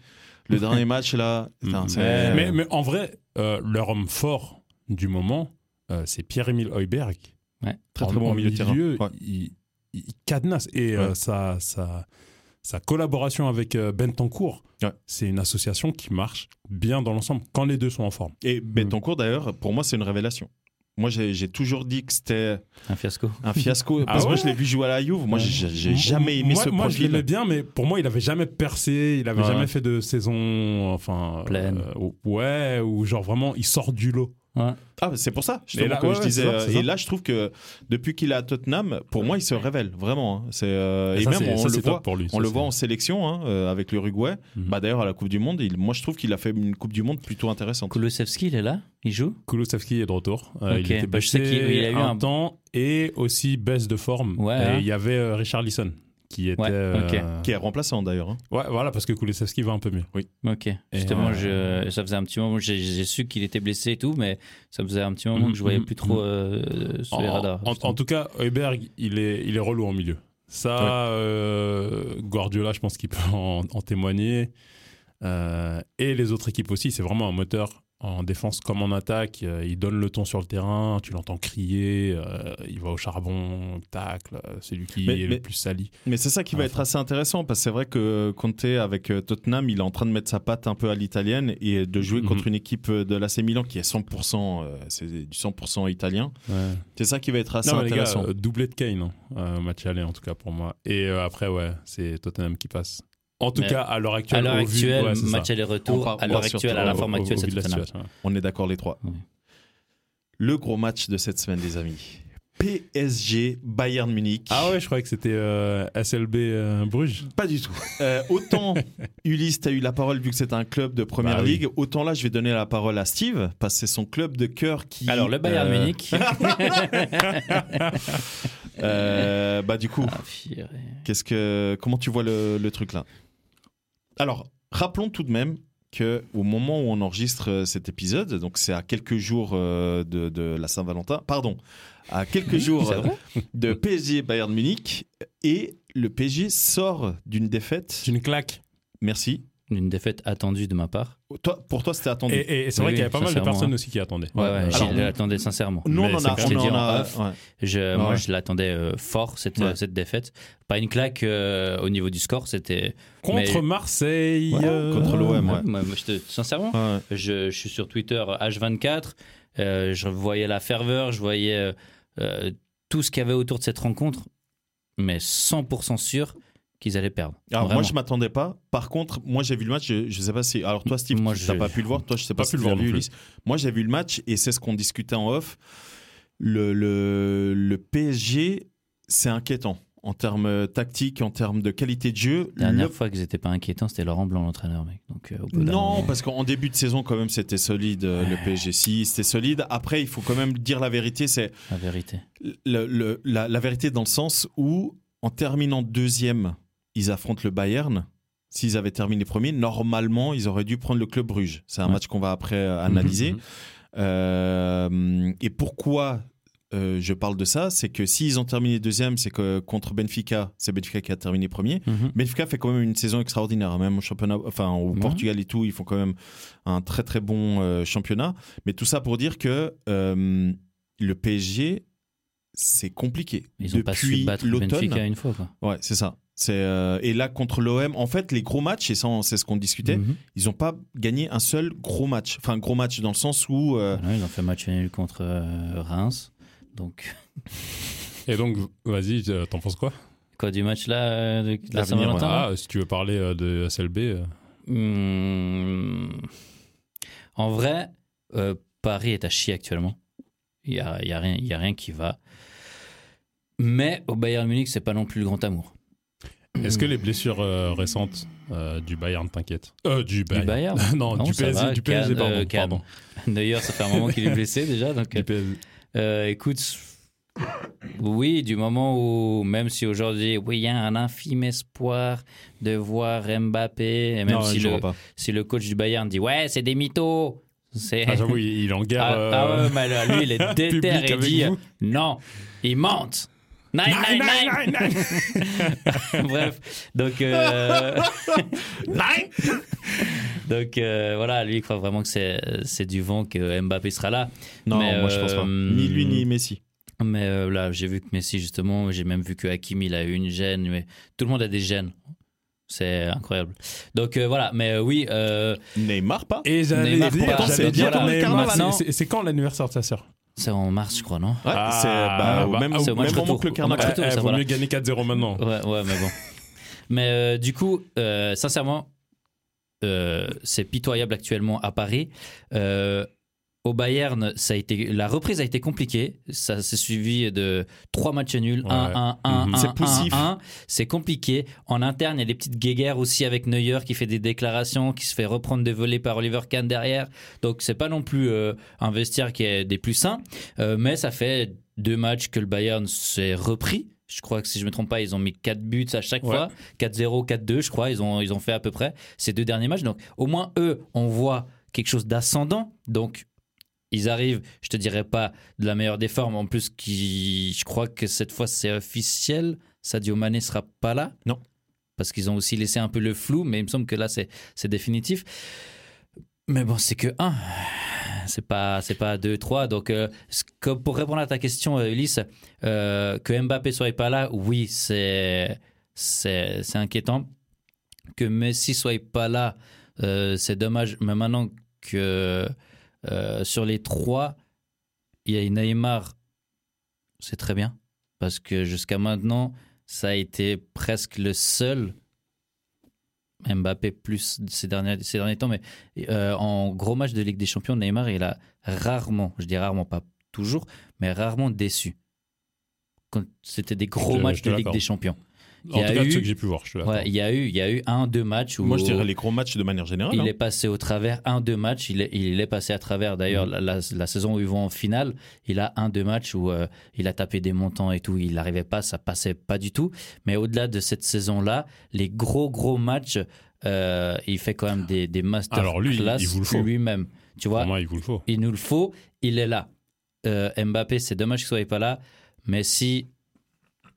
[SPEAKER 1] Le dernier match, là. putain,
[SPEAKER 3] Mm.
[SPEAKER 1] c'est-
[SPEAKER 2] Ouais.
[SPEAKER 3] Mais, mais en vrai, euh, leur homme fort du moment, euh, c'est Pierre-Émile Heuberg.
[SPEAKER 2] Ouais.
[SPEAKER 1] Très,
[SPEAKER 3] En-
[SPEAKER 1] très bon
[SPEAKER 3] en
[SPEAKER 1] au milieu de terrain. Ouais.
[SPEAKER 3] Il, il cadenasse. Et
[SPEAKER 1] Ouais.
[SPEAKER 3] euh, sa, sa, sa collaboration avec euh, Bentancourt,
[SPEAKER 1] Ouais.
[SPEAKER 3] c'est une association qui marche bien dans l'ensemble quand les deux sont en forme.
[SPEAKER 1] Et Betancourt, d'ailleurs, pour moi, c'est une révélation. Moi, j'ai j'ai toujours dit que c'était
[SPEAKER 2] un fiasco.
[SPEAKER 1] un fiasco.
[SPEAKER 3] Ah
[SPEAKER 1] parce que moi,
[SPEAKER 3] ouais
[SPEAKER 1] je l'ai vu jouer à la Juve. Moi,
[SPEAKER 2] Ouais.
[SPEAKER 1] j'ai j'ai jamais aimé
[SPEAKER 3] moi,
[SPEAKER 1] ce
[SPEAKER 3] moi, je
[SPEAKER 1] profil.
[SPEAKER 3] l'aimais bien, mais pour moi, il avait jamais percé, il avait
[SPEAKER 1] Ouais.
[SPEAKER 3] jamais fait de saison, enfin,
[SPEAKER 2] Pleine.
[SPEAKER 3] euh, ouais, ou genre vraiment, il sort du lot.
[SPEAKER 2] Ouais.
[SPEAKER 1] Ah, c'est pour ça, justement,
[SPEAKER 3] Et là,
[SPEAKER 1] que
[SPEAKER 3] ouais,
[SPEAKER 1] je
[SPEAKER 3] ouais,
[SPEAKER 1] disais.
[SPEAKER 3] c'est ça, c'est
[SPEAKER 1] euh,
[SPEAKER 3] ça.
[SPEAKER 1] et là, je trouve que depuis qu'il est à Tottenham, pour moi, il se révèle vraiment. hein. C'est euh, et
[SPEAKER 3] ça,
[SPEAKER 1] même
[SPEAKER 3] c'est-
[SPEAKER 1] on
[SPEAKER 3] ça,
[SPEAKER 1] le
[SPEAKER 3] c'est top
[SPEAKER 1] voit.
[SPEAKER 3] pour lui.
[SPEAKER 1] On
[SPEAKER 3] Ça,
[SPEAKER 1] le
[SPEAKER 3] c'est-
[SPEAKER 1] voit en sélection hein, euh, avec l'Uruguay.
[SPEAKER 3] Mhm.
[SPEAKER 1] Bah d'ailleurs à la Coupe du Monde, il, moi je trouve qu'il a fait une Coupe du Monde plutôt intéressante.
[SPEAKER 2] Kulusevski, il est là Il joue
[SPEAKER 3] Kulusevski est de retour. Euh,
[SPEAKER 2] Ok.
[SPEAKER 3] Il était
[SPEAKER 2] Bah, je sais
[SPEAKER 3] blessé
[SPEAKER 2] qu'il- il a eu un-
[SPEAKER 3] temps et aussi baisse de forme.
[SPEAKER 2] Ouais,
[SPEAKER 3] et
[SPEAKER 2] hein.
[SPEAKER 3] il y avait euh, Richard Lisson qui était.
[SPEAKER 2] Ouais, ok.
[SPEAKER 3] euh,
[SPEAKER 1] Qui est remplaçant d'ailleurs. hein.
[SPEAKER 3] ouais, voilà, parce que Kulusevski va un peu mieux.
[SPEAKER 2] Ok. Justement,
[SPEAKER 3] euh,
[SPEAKER 2] je, ça faisait un petit moment, j'ai- j'ai su qu'il était blessé et tout, mais ça faisait un petit moment
[SPEAKER 3] Mhm,
[SPEAKER 2] que je voyais
[SPEAKER 3] mhm,
[SPEAKER 2] plus trop euh, sur
[SPEAKER 3] En,
[SPEAKER 2] les radars.
[SPEAKER 3] en- en tout cas, Heuberg, il est, il est relou en milieu. Ça,
[SPEAKER 1] Ouais.
[SPEAKER 3] euh, Guardiola, je pense qu'il peut en, en témoigner. Euh, et les autres équipes aussi, c'est vraiment un moteur en défense comme en attaque. Euh, il donne le ton sur le terrain, tu l'entends crier, euh, il va au charbon, tacle, euh, c'est lui qui
[SPEAKER 1] Mais-
[SPEAKER 3] est
[SPEAKER 1] mais-
[SPEAKER 3] le plus sali.
[SPEAKER 1] Mais c'est ça qui va
[SPEAKER 3] Ah,
[SPEAKER 1] être assez intéressant parce que c'est vrai que Conte avec euh, Tottenham, il est en train de mettre sa patte un peu à l'italienne et de jouer
[SPEAKER 3] Mhm.
[SPEAKER 1] contre une équipe euh, de l'AC Milan qui est 100% euh, c'est du 100% italien. Ah, C'est ça qui va être assez
[SPEAKER 3] Non, mais les gars,
[SPEAKER 1] intéressant.
[SPEAKER 3] euh, doublé de Kane, hein, euh, match aller en tout cas pour moi. Et euh, après, ouais, c'est Tottenham qui passe. En tout
[SPEAKER 2] Mais
[SPEAKER 3] cas, à l'heure actuelle,
[SPEAKER 2] à l'heure
[SPEAKER 3] au vu-
[SPEAKER 2] actuelle,
[SPEAKER 3] ouais, c'est ça.
[SPEAKER 2] match
[SPEAKER 1] On
[SPEAKER 2] aller-retour,
[SPEAKER 1] part-
[SPEAKER 2] à l'heure
[SPEAKER 1] on part
[SPEAKER 2] actuelle, à la
[SPEAKER 1] surtout
[SPEAKER 2] forme
[SPEAKER 3] Au- au- au
[SPEAKER 2] actuelle,
[SPEAKER 3] vu
[SPEAKER 2] c'est
[SPEAKER 3] de la
[SPEAKER 2] Tottenham.
[SPEAKER 3] situation, ouais.
[SPEAKER 1] On est d'accord les trois.
[SPEAKER 2] Oui.
[SPEAKER 1] Le gros match de cette semaine les amis. PSG Bayern Munich.
[SPEAKER 3] Ah ouais, je croyais que c'était euh, SLB euh, Bruges.
[SPEAKER 1] Pas du tout. Euh, autant Ulysse, tu as eu la parole vu que c'est un club de première
[SPEAKER 3] Bah oui.
[SPEAKER 1] ligue, autant là, je vais donner la parole à Steve, parce que c'est son club de cœur qui.
[SPEAKER 2] Alors, le Bayern
[SPEAKER 1] Euh,
[SPEAKER 2] Munich.
[SPEAKER 1] euh, bah, du coup,
[SPEAKER 2] Ah, purée.
[SPEAKER 1] euh, bah, qu'est-ce que, comment tu vois le, le truc là Alors, Rappelons tout de même que au moment où on enregistre euh, cet épisode, donc c'est à quelques jours euh, de, de la Saint-Valentin, pardon, à quelques jours euh, de PSG Bayern Munich, et le PSG sort d'une défaite.
[SPEAKER 3] C'est une claque.
[SPEAKER 1] Merci.
[SPEAKER 2] Une défaite attendue de ma part.
[SPEAKER 1] Toi, pour toi, c'était attendu.
[SPEAKER 3] Et, et- et c'est
[SPEAKER 2] Oui,
[SPEAKER 3] vrai
[SPEAKER 2] oui,
[SPEAKER 3] qu'il y avait pas mal de
[SPEAKER 2] sincèrement,
[SPEAKER 3] personnes
[SPEAKER 2] hein.
[SPEAKER 3] aussi qui attendaient.
[SPEAKER 2] Ouais, ouais,
[SPEAKER 1] alors,
[SPEAKER 2] je
[SPEAKER 1] on-
[SPEAKER 2] l'attendais sincèrement.
[SPEAKER 1] Nous, on
[SPEAKER 3] Mais
[SPEAKER 1] en
[SPEAKER 3] c'est
[SPEAKER 1] a,
[SPEAKER 3] comme
[SPEAKER 2] je
[SPEAKER 1] on
[SPEAKER 2] t'ai dit
[SPEAKER 1] en
[SPEAKER 2] en
[SPEAKER 1] a-
[SPEAKER 2] off.
[SPEAKER 1] ouais.
[SPEAKER 2] Je,
[SPEAKER 1] Ouais,
[SPEAKER 2] Moi,
[SPEAKER 1] ouais.
[SPEAKER 2] je l'attendais euh, fort, cette,
[SPEAKER 1] Ouais.
[SPEAKER 2] cette défaite. Pas une claque euh, au niveau du score, c'était.
[SPEAKER 3] Contre
[SPEAKER 2] Mais-
[SPEAKER 3] Marseille.
[SPEAKER 1] Ouais,
[SPEAKER 3] euh,
[SPEAKER 1] contre l'OM, ouais.
[SPEAKER 2] moi, moi, je te- sincèrement,
[SPEAKER 1] Ouais.
[SPEAKER 2] je, je suis sur Twitter H24, euh, je voyais la ferveur, je voyais euh, euh, tout ce qu'il y avait autour de cette rencontre, mais 100% sûr qu'ils allaient perdre.
[SPEAKER 1] Alors,
[SPEAKER 2] Vraiment.
[SPEAKER 1] Ah, moi, je m'attendais pas. Par contre, moi, j'ai vu le match. Je, je sais pas si. Alors, toi, Steve,
[SPEAKER 2] Moi,
[SPEAKER 1] tu
[SPEAKER 2] je-
[SPEAKER 1] n'as pas pu le voir. Toi, je sais pas,
[SPEAKER 3] Pas
[SPEAKER 1] si tu
[SPEAKER 3] pu le
[SPEAKER 1] l'as
[SPEAKER 3] voir non
[SPEAKER 1] vu,
[SPEAKER 3] plus.
[SPEAKER 1] Ulysse. Moi, j'ai vu le match et c'est ce qu'on discutait en off. Le, le, le PSG, c'est inquiétant en termes tactiques, en termes de qualité de jeu.
[SPEAKER 2] La dernière
[SPEAKER 1] Le-
[SPEAKER 2] fois qu'ils n'étaient pas inquiétants, c'était Laurent Blanc, l'entraîneur, mec. Donc, euh, au bout d'un
[SPEAKER 1] Non,
[SPEAKER 2] moment-
[SPEAKER 1] parce qu'en début de saison, quand même, c'était solide, euh, le PSG. Si, c'était solide. Après, il faut quand même dire la vérité. C'est
[SPEAKER 2] la vérité.
[SPEAKER 1] le- le- la, la vérité dans le sens où, en terminant deuxième, ils affrontent le Bayern. S'ils avaient terminé premier, normalement, ils auraient dû prendre le club Bruges. C'est un
[SPEAKER 2] Ouais.
[SPEAKER 1] match qu'on va après euh, analyser.
[SPEAKER 2] Mhm.
[SPEAKER 1] Euh, et pourquoi euh, je parle de ça C'est que s'ils ont terminé deuxième, c'est que contre Benfica, c'est Benfica qui a terminé premier.
[SPEAKER 2] Mhm.
[SPEAKER 1] Benfica fait quand même une saison extraordinaire, hein, même au championnat, enfin au
[SPEAKER 2] Ouais.
[SPEAKER 1] Portugal et tout, ils font quand même un très très bon euh, championnat. Mais tout ça pour dire que euh, le PSG, c'est compliqué
[SPEAKER 2] Ils ont pas su
[SPEAKER 1] depuis
[SPEAKER 2] battre
[SPEAKER 1] l'automne.
[SPEAKER 2] Benfica une fois. Quoi.
[SPEAKER 1] Ouais, c'est ça. C'est euh, et là contre l'OM, en fait, les gros matchs, et ça, on- c'est ce qu'on discutait,
[SPEAKER 2] Mhm.
[SPEAKER 1] ils n'ont pas gagné un seul gros match. Enfin, gros match dans le sens où euh,
[SPEAKER 2] Voilà, ils ont fait match nul contre euh, Reims. Donc,
[SPEAKER 3] Et donc, vas-y, euh, t'en penses quoi
[SPEAKER 2] quoi du match là euh, de, de la
[SPEAKER 1] L'avenir,
[SPEAKER 2] Saint-Valentin là
[SPEAKER 3] Ah, si tu veux parler euh, de SLB. euh,
[SPEAKER 2] Hmm. En vrai, euh, Paris est à chier actuellement. Il n'y a, il y a, rien- il y a rien qui va. Mais au Bayern Munich, c'est pas non plus le grand amour.
[SPEAKER 3] Est-ce que les blessures euh, récentes euh, du Bayern t'inquiètent Euh,
[SPEAKER 2] Du
[SPEAKER 3] du Bayern.
[SPEAKER 2] Bayern
[SPEAKER 3] non,
[SPEAKER 2] Non,
[SPEAKER 3] du
[SPEAKER 2] ça
[SPEAKER 3] PSG,
[SPEAKER 2] va,
[SPEAKER 3] du PSG,
[SPEAKER 2] Kahn,
[SPEAKER 3] pardon.
[SPEAKER 2] euh, Kahn.
[SPEAKER 3] pardon.
[SPEAKER 2] D'ailleurs, ça fait un moment qu'il est blessé déjà. Donc,
[SPEAKER 3] Du PSG.
[SPEAKER 2] euh, écoute, oui, du moment où, même si aujourd'hui, oui, il y a un infime espoir de voir Mbappé, et même
[SPEAKER 1] non,
[SPEAKER 2] si,
[SPEAKER 1] je
[SPEAKER 2] le,
[SPEAKER 1] vois pas.
[SPEAKER 2] si le coach du Bayern dit Ouais, c'est des mythos C'est-
[SPEAKER 3] Ah, j'avoue, il il est en guerre.
[SPEAKER 2] Ah,
[SPEAKER 3] euh,
[SPEAKER 2] ah ouais, mais alors, lui, il est
[SPEAKER 3] public
[SPEAKER 2] déter et
[SPEAKER 3] avec
[SPEAKER 2] dit
[SPEAKER 3] vous.
[SPEAKER 2] non, il mente. Nine, nine, nine. Bref, donc, euh, donc euh, voilà, lui, il croit vraiment que c'est, c'est du vent que Mbappé sera là.
[SPEAKER 1] Non,
[SPEAKER 2] Mais,
[SPEAKER 1] moi je pense pas.
[SPEAKER 2] euh,
[SPEAKER 1] Ni lui ni Messi.
[SPEAKER 2] Mais euh, là, j'ai vu que Messi, justement, j'ai même vu que Hakimi, il a eu une gêne. Mais tout le monde a des gènes. C'est incroyable. Donc euh, voilà, mais euh, oui, euh,
[SPEAKER 1] Neymar pas.
[SPEAKER 3] Et j'allais
[SPEAKER 2] Neymar,
[SPEAKER 3] dire,
[SPEAKER 2] pourtant,
[SPEAKER 3] j'allais
[SPEAKER 1] c'est
[SPEAKER 3] dire,
[SPEAKER 1] bientôt le
[SPEAKER 3] mais
[SPEAKER 1] carnaval.
[SPEAKER 3] maintenant-
[SPEAKER 2] C'est-
[SPEAKER 3] c'est c'est quand l'anniversaire de ta sœur
[SPEAKER 2] c'est en mars, je crois, non
[SPEAKER 1] Ouais,
[SPEAKER 3] Ah,
[SPEAKER 1] c'est bah, au
[SPEAKER 3] bah,
[SPEAKER 1] même,
[SPEAKER 3] ah,
[SPEAKER 2] c'est au
[SPEAKER 1] au même
[SPEAKER 2] match
[SPEAKER 1] moment
[SPEAKER 2] retour.
[SPEAKER 1] que le
[SPEAKER 2] Au match
[SPEAKER 1] carnaval.
[SPEAKER 2] retour,
[SPEAKER 3] Eh,
[SPEAKER 2] ça,
[SPEAKER 3] Vaut
[SPEAKER 2] voilà.
[SPEAKER 3] mieux gagner 4-0 maintenant.
[SPEAKER 2] Ouais, ouais, mais bon. mais euh, du coup, euh, sincèrement, euh, c'est pitoyable actuellement à Paris. Euh, au Bayern, ça a été, la reprise a été compliquée. Ça s'est suivi de trois matchs nuls,
[SPEAKER 3] Ouais.
[SPEAKER 2] 1 1
[SPEAKER 3] Mhm.
[SPEAKER 2] 1
[SPEAKER 1] C'est
[SPEAKER 2] 1
[SPEAKER 1] poussif.
[SPEAKER 2] 1 C'est compliqué. En interne, il y a des petites guéguerres aussi avec Neuer qui fait des déclarations, qui se fait reprendre des volets par Oliver Kahn derrière. Donc c'est pas non plus euh, un vestiaire qui est des plus sains. Euh, mais ça fait deux matchs que le Bayern s'est repris. Je crois que si je me trompe pas, ils ont mis 4 buts à chaque
[SPEAKER 3] Ouais.
[SPEAKER 2] fois. 4-0, 4-2, je crois. Ils ont, ils ont fait à peu près ces deux derniers matchs. Donc au moins, eux, on voit quelque chose d'ascendant. Donc ils arrivent, je te dirais pas de la meilleure des formes. En plus, qui, je crois que cette fois, c'est officiel. Sadio Mané sera pas là.
[SPEAKER 1] Non.
[SPEAKER 2] Parce qu'ils ont aussi laissé un peu le flou, mais il me semble que là, c'est c'est définitif. Mais bon, c'est que 1. C'est pas, c'est pas 2, 3. Donc, euh, ce que- pour répondre à ta question, euh, Ulysse, euh, que Mbappé soit pas là, oui, c'est c'est c'est inquiétant. Que Messi soit pas là, euh, c'est dommage. Mais maintenant que euh, sur les trois, il y a Neymar, c'est très bien. Parce que jusqu'à maintenant, ça a été presque le seul. Mbappé plus ces derniers, ces derniers temps, mais euh, en gros match de Ligue des Champions, Neymar, il a rarement, je dis rarement, pas toujours, mais rarement déçu. Quand c'était des gros
[SPEAKER 3] Je-
[SPEAKER 2] matchs
[SPEAKER 3] je te
[SPEAKER 2] de Ligue
[SPEAKER 3] l'accorde.
[SPEAKER 2] des Champions.
[SPEAKER 3] En
[SPEAKER 2] Il y a
[SPEAKER 3] tout cas, de
[SPEAKER 2] eu-
[SPEAKER 3] ceux que j'ai pu voir. Je suis d'accord.
[SPEAKER 2] Ouais, il y a eu, il y a eu un, deux matchs où
[SPEAKER 1] Moi, je dirais les gros matchs de manière générale.
[SPEAKER 2] il
[SPEAKER 1] hein.
[SPEAKER 2] est passé au travers un, deux matchs. Il est, il est passé à travers. D'ailleurs,
[SPEAKER 3] Mm.
[SPEAKER 2] la, la- la saison où ils vont en finale, il a un, deux matchs où euh, il a tapé des montants et tout. Il n'arrivait pas, ça passait pas du tout. Mais au-delà de cette saison-là, les gros, gros matchs, euh, il fait quand même des, des masterclass
[SPEAKER 3] Ah. Alors lui, il- il vous le faut.
[SPEAKER 2] lui-même. Tu vois,
[SPEAKER 3] Pour moi, il vous le faut.
[SPEAKER 2] il nous le faut, il est là. Euh, Mbappé, c'est dommage qu'il soit pas là, mais si.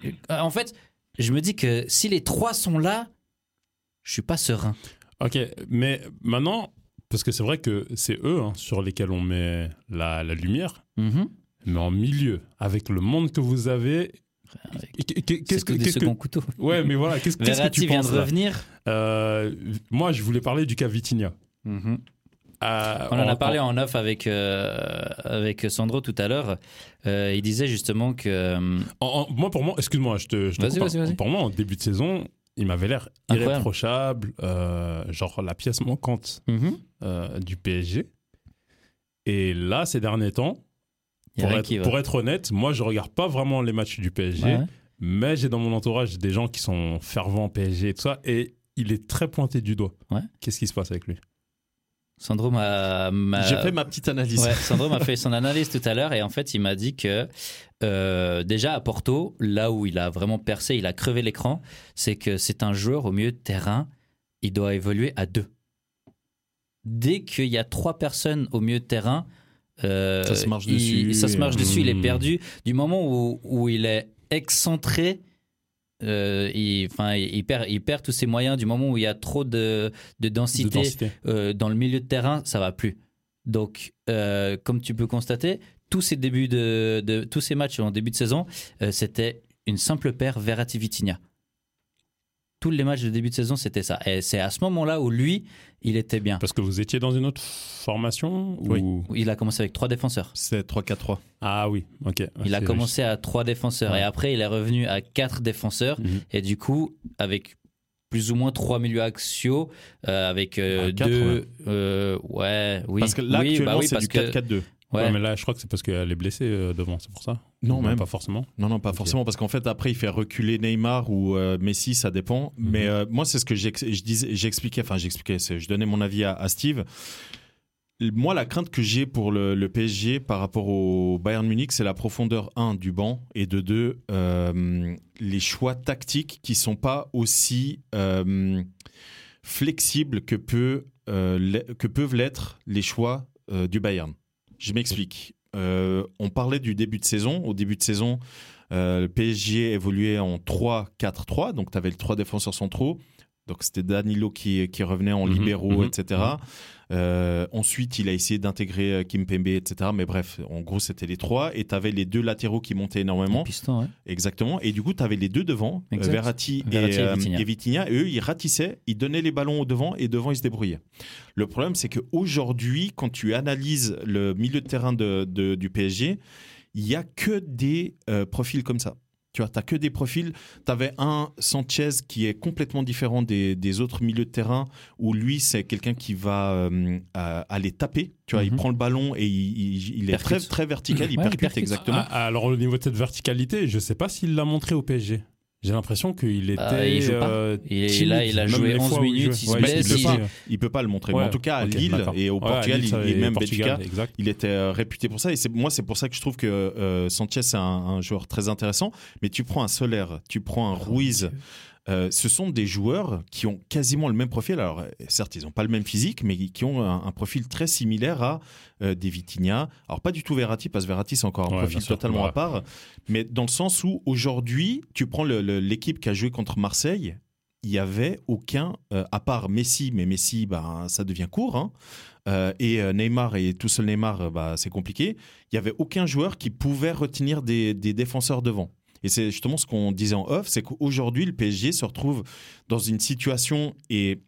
[SPEAKER 2] euh, En fait, je me dis que si les trois sont là, je suis pas serein.
[SPEAKER 3] Ok, mais maintenant, parce que c'est vrai que c'est eux hein, sur lesquels on met la, la lumière, mais en milieu, avec le monde que vous avez. qu'est- qu'est-
[SPEAKER 2] Qu'est-ce
[SPEAKER 3] Qu'est-ce que.
[SPEAKER 2] que des
[SPEAKER 3] qu'est-ce que-
[SPEAKER 2] seconds couteaux
[SPEAKER 3] Ouais, mais voilà, qu'est-ce qu'est-ce que
[SPEAKER 2] Verratti
[SPEAKER 3] tu
[SPEAKER 2] vient de
[SPEAKER 3] penses là
[SPEAKER 2] revenir.
[SPEAKER 3] Euh, Moi, je voulais parler du cas Vitinha. Mhm. Euh,
[SPEAKER 2] On en a parlé en off avec, euh, avec Sandro tout à l'heure. Euh, il disait justement que. euh,
[SPEAKER 3] en- en- moi, pour moi, excuse-moi, je te. je te
[SPEAKER 2] Vas-y,
[SPEAKER 3] coupe,
[SPEAKER 2] vas-y,
[SPEAKER 3] hein.
[SPEAKER 2] vas-y.
[SPEAKER 3] Pour moi, en début de saison, il m'avait l'air
[SPEAKER 2] Incroyable.
[SPEAKER 3] irréprochable, euh, genre la pièce manquante euh, du PSG. Et là, ces derniers temps,
[SPEAKER 2] Il y a
[SPEAKER 3] pour
[SPEAKER 2] rien
[SPEAKER 3] être,
[SPEAKER 2] qui va.
[SPEAKER 3] pour être honnête, moi, je regarde pas vraiment les matchs du PSG,
[SPEAKER 2] Ouais.
[SPEAKER 3] mais j'ai dans mon entourage des gens qui sont fervents PSG et tout ça, et il est très pointé du doigt.
[SPEAKER 2] Ouais.
[SPEAKER 3] Qu'est-ce qui se passe avec lui
[SPEAKER 2] Sandro m'a. m'a-
[SPEAKER 1] J'ai fait ma petite analyse.
[SPEAKER 2] Ouais, Sandro m'a fait son analyse tout à l'heure et en fait, il m'a dit que euh, déjà à Porto, là où il a vraiment percé, il a crevé l'écran, c'est que c'est un joueur au milieu de terrain, il doit évoluer à deux. Dès qu'il y a trois personnes au milieu de terrain, euh,
[SPEAKER 1] Ça se marche
[SPEAKER 2] il-
[SPEAKER 1] dessus. hmm.
[SPEAKER 2] ça se marche dessus, il est
[SPEAKER 3] Mmh.
[SPEAKER 2] perdu. Du moment où, où il est excentré, euh, il, enfin, il, perd, il perd tous ses moyens. Du moment où il y a trop de, de
[SPEAKER 3] De
[SPEAKER 2] densité,
[SPEAKER 3] densité.
[SPEAKER 2] euh, dans le milieu de terrain, ça va plus. Donc, euh, comme tu peux constater, tous ces débuts de, de- tous ces matchs en début de saison, euh, c'était une simple paire Verratti Vitinha. Tous les matchs de début de saison, c'était ça. Et c'est à ce moment-là où lui, il était bien.
[SPEAKER 3] Parce que vous étiez dans une autre formation ou...
[SPEAKER 1] Oui.
[SPEAKER 2] Il a commencé avec trois défenseurs.
[SPEAKER 1] C'est 3-4-3.
[SPEAKER 3] Ah oui, ok.
[SPEAKER 2] Il a
[SPEAKER 3] C'est
[SPEAKER 2] commencé à trois défenseurs
[SPEAKER 3] Ouais.
[SPEAKER 2] et après il est revenu à quatre défenseurs
[SPEAKER 3] Mhm.
[SPEAKER 2] et du coup avec plus ou moins trois milieux axiaux euh, avec euh,
[SPEAKER 1] Ah, quatre,
[SPEAKER 2] deux euh, ouais oui
[SPEAKER 1] Parce que là,
[SPEAKER 2] Oui, bah
[SPEAKER 1] actuellement,
[SPEAKER 2] oui,
[SPEAKER 1] c'est du
[SPEAKER 2] parce que-
[SPEAKER 1] 4-4-2.
[SPEAKER 3] Ouais.
[SPEAKER 2] ouais.
[SPEAKER 3] mais là, je crois que c'est parce qu'elle est blessée euh, devant, c'est pour ça.
[SPEAKER 1] Non,
[SPEAKER 3] Ou
[SPEAKER 1] même.
[SPEAKER 3] Pas forcément.
[SPEAKER 1] Non, non, pas
[SPEAKER 3] Ok.
[SPEAKER 1] forcément, parce qu'en fait, après, il fait reculer Neymar ou euh, Messi, ça dépend.
[SPEAKER 3] Mhm.
[SPEAKER 1] Mais euh, moi, c'est ce que j'ex- je disais- j'expliquais, enfin, j'expliquais, c'est- je donnais mon avis à, à Steve. Moi, la crainte que j'ai pour le, le PSG par rapport au Bayern Munich, c'est la profondeur, un, du banc, et de deux, euh, les choix tactiques qui sont pas aussi euh, flexibles que, peut, euh, l'e- que peuvent l'être les choix euh, du Bayern. Je m'explique. Euh, on parlait du début de saison. Au début de saison, euh, le PSG évoluait en 3-4-3, donc tu avais les trois défenseurs centraux. Donc c'était Danilo qui, qui revenait en
[SPEAKER 3] Mhm,
[SPEAKER 1] libéraux,
[SPEAKER 3] mhm,
[SPEAKER 1] etc. Euh, ensuite, il a essayé d'intégrer euh, Kimpembe, etc. Mais bref, en gros, c'était les trois. Et tu avais les deux latéraux qui montaient énormément.
[SPEAKER 2] Piston, ouais.
[SPEAKER 1] Exactement. Et du coup, tu avais les deux devant, euh,
[SPEAKER 2] Exact.
[SPEAKER 1] Verratti,
[SPEAKER 2] Verratti
[SPEAKER 1] et,
[SPEAKER 2] et
[SPEAKER 1] euh,
[SPEAKER 2] Vitinha.
[SPEAKER 1] et Vitinha. Et eux, ils ratissaient, ils donnaient les ballons au devant et devant, ils se débrouillaient. Le problème, c'est qu'aujourd'hui, quand tu analyses le milieu de terrain de, de- du PSG, il n'y a que des euh, profils comme ça. Tu vois, t'as que des profils. Tu avais un Sanchez qui est complètement différent des, des autres milieux de terrain, où lui, c'est quelqu'un qui va euh, euh, aller taper. Tu vois, il
[SPEAKER 2] Mhm.
[SPEAKER 1] prend le ballon et il, il- il est
[SPEAKER 2] Percute.
[SPEAKER 1] très, très vertical, il
[SPEAKER 2] Ouais, il
[SPEAKER 1] percute,
[SPEAKER 2] percute.
[SPEAKER 1] exactement.
[SPEAKER 3] Ah, alors, au niveau de cette verticalité, je sais pas s'il l'a montré au PSG. J'ai l'impression qu'il était.
[SPEAKER 2] Bah, il joue pas.
[SPEAKER 3] euh,
[SPEAKER 2] Il est-
[SPEAKER 3] timide.
[SPEAKER 2] là, il a
[SPEAKER 3] Même
[SPEAKER 2] joué
[SPEAKER 3] les
[SPEAKER 2] 11
[SPEAKER 3] fois où il
[SPEAKER 2] minutes,
[SPEAKER 3] jouait.
[SPEAKER 2] il se
[SPEAKER 3] Ouais,
[SPEAKER 2] blesse,
[SPEAKER 3] peut
[SPEAKER 2] il-
[SPEAKER 3] pas.
[SPEAKER 1] Il peut pas le montrer. Mais
[SPEAKER 3] Ouais,
[SPEAKER 1] en tout cas, à
[SPEAKER 3] ok,
[SPEAKER 1] Lille
[SPEAKER 3] d'accord.
[SPEAKER 1] et au
[SPEAKER 3] Ouais, à
[SPEAKER 1] Portugal,
[SPEAKER 3] Lille,
[SPEAKER 1] il-
[SPEAKER 3] ça,
[SPEAKER 1] et même
[SPEAKER 3] Portugal,
[SPEAKER 1] Benfica,
[SPEAKER 3] Exact.
[SPEAKER 1] il était euh, réputé pour ça. Et c'est moi, c'est pour ça que je trouve que euh, Sanchez est un, un joueur très intéressant. Mais tu prends un Soler, tu prends un
[SPEAKER 3] Ah,
[SPEAKER 1] Ruiz. euh, ce sont des joueurs qui ont quasiment le même profil. Alors, euh, certes, ils n'ont pas le même physique, mais qui ont un, un profil très similaire à euh, des Vitinha. Alors, pas du tout Verratti, parce que Verratti, c'est encore un
[SPEAKER 3] Ouais, bien
[SPEAKER 1] profil
[SPEAKER 3] sûr.
[SPEAKER 1] totalement
[SPEAKER 3] Ouais.
[SPEAKER 1] à part. Mais dans le sens où, aujourd'hui, tu prends le- le- l'équipe qui a joué contre Marseille, il n'y avait aucun, euh, à part Messi, mais Messi, ben, ça devient court, hein. Euh, et euh, Neymar, et tout seul Neymar, euh, bah, c'est compliqué, il n'y avait aucun joueur qui pouvait retenir des, des défenseurs devant. Et c'est justement ce qu'on disait en off, c'est qu'aujourd'hui, le PSG se retrouve dans une situation, et,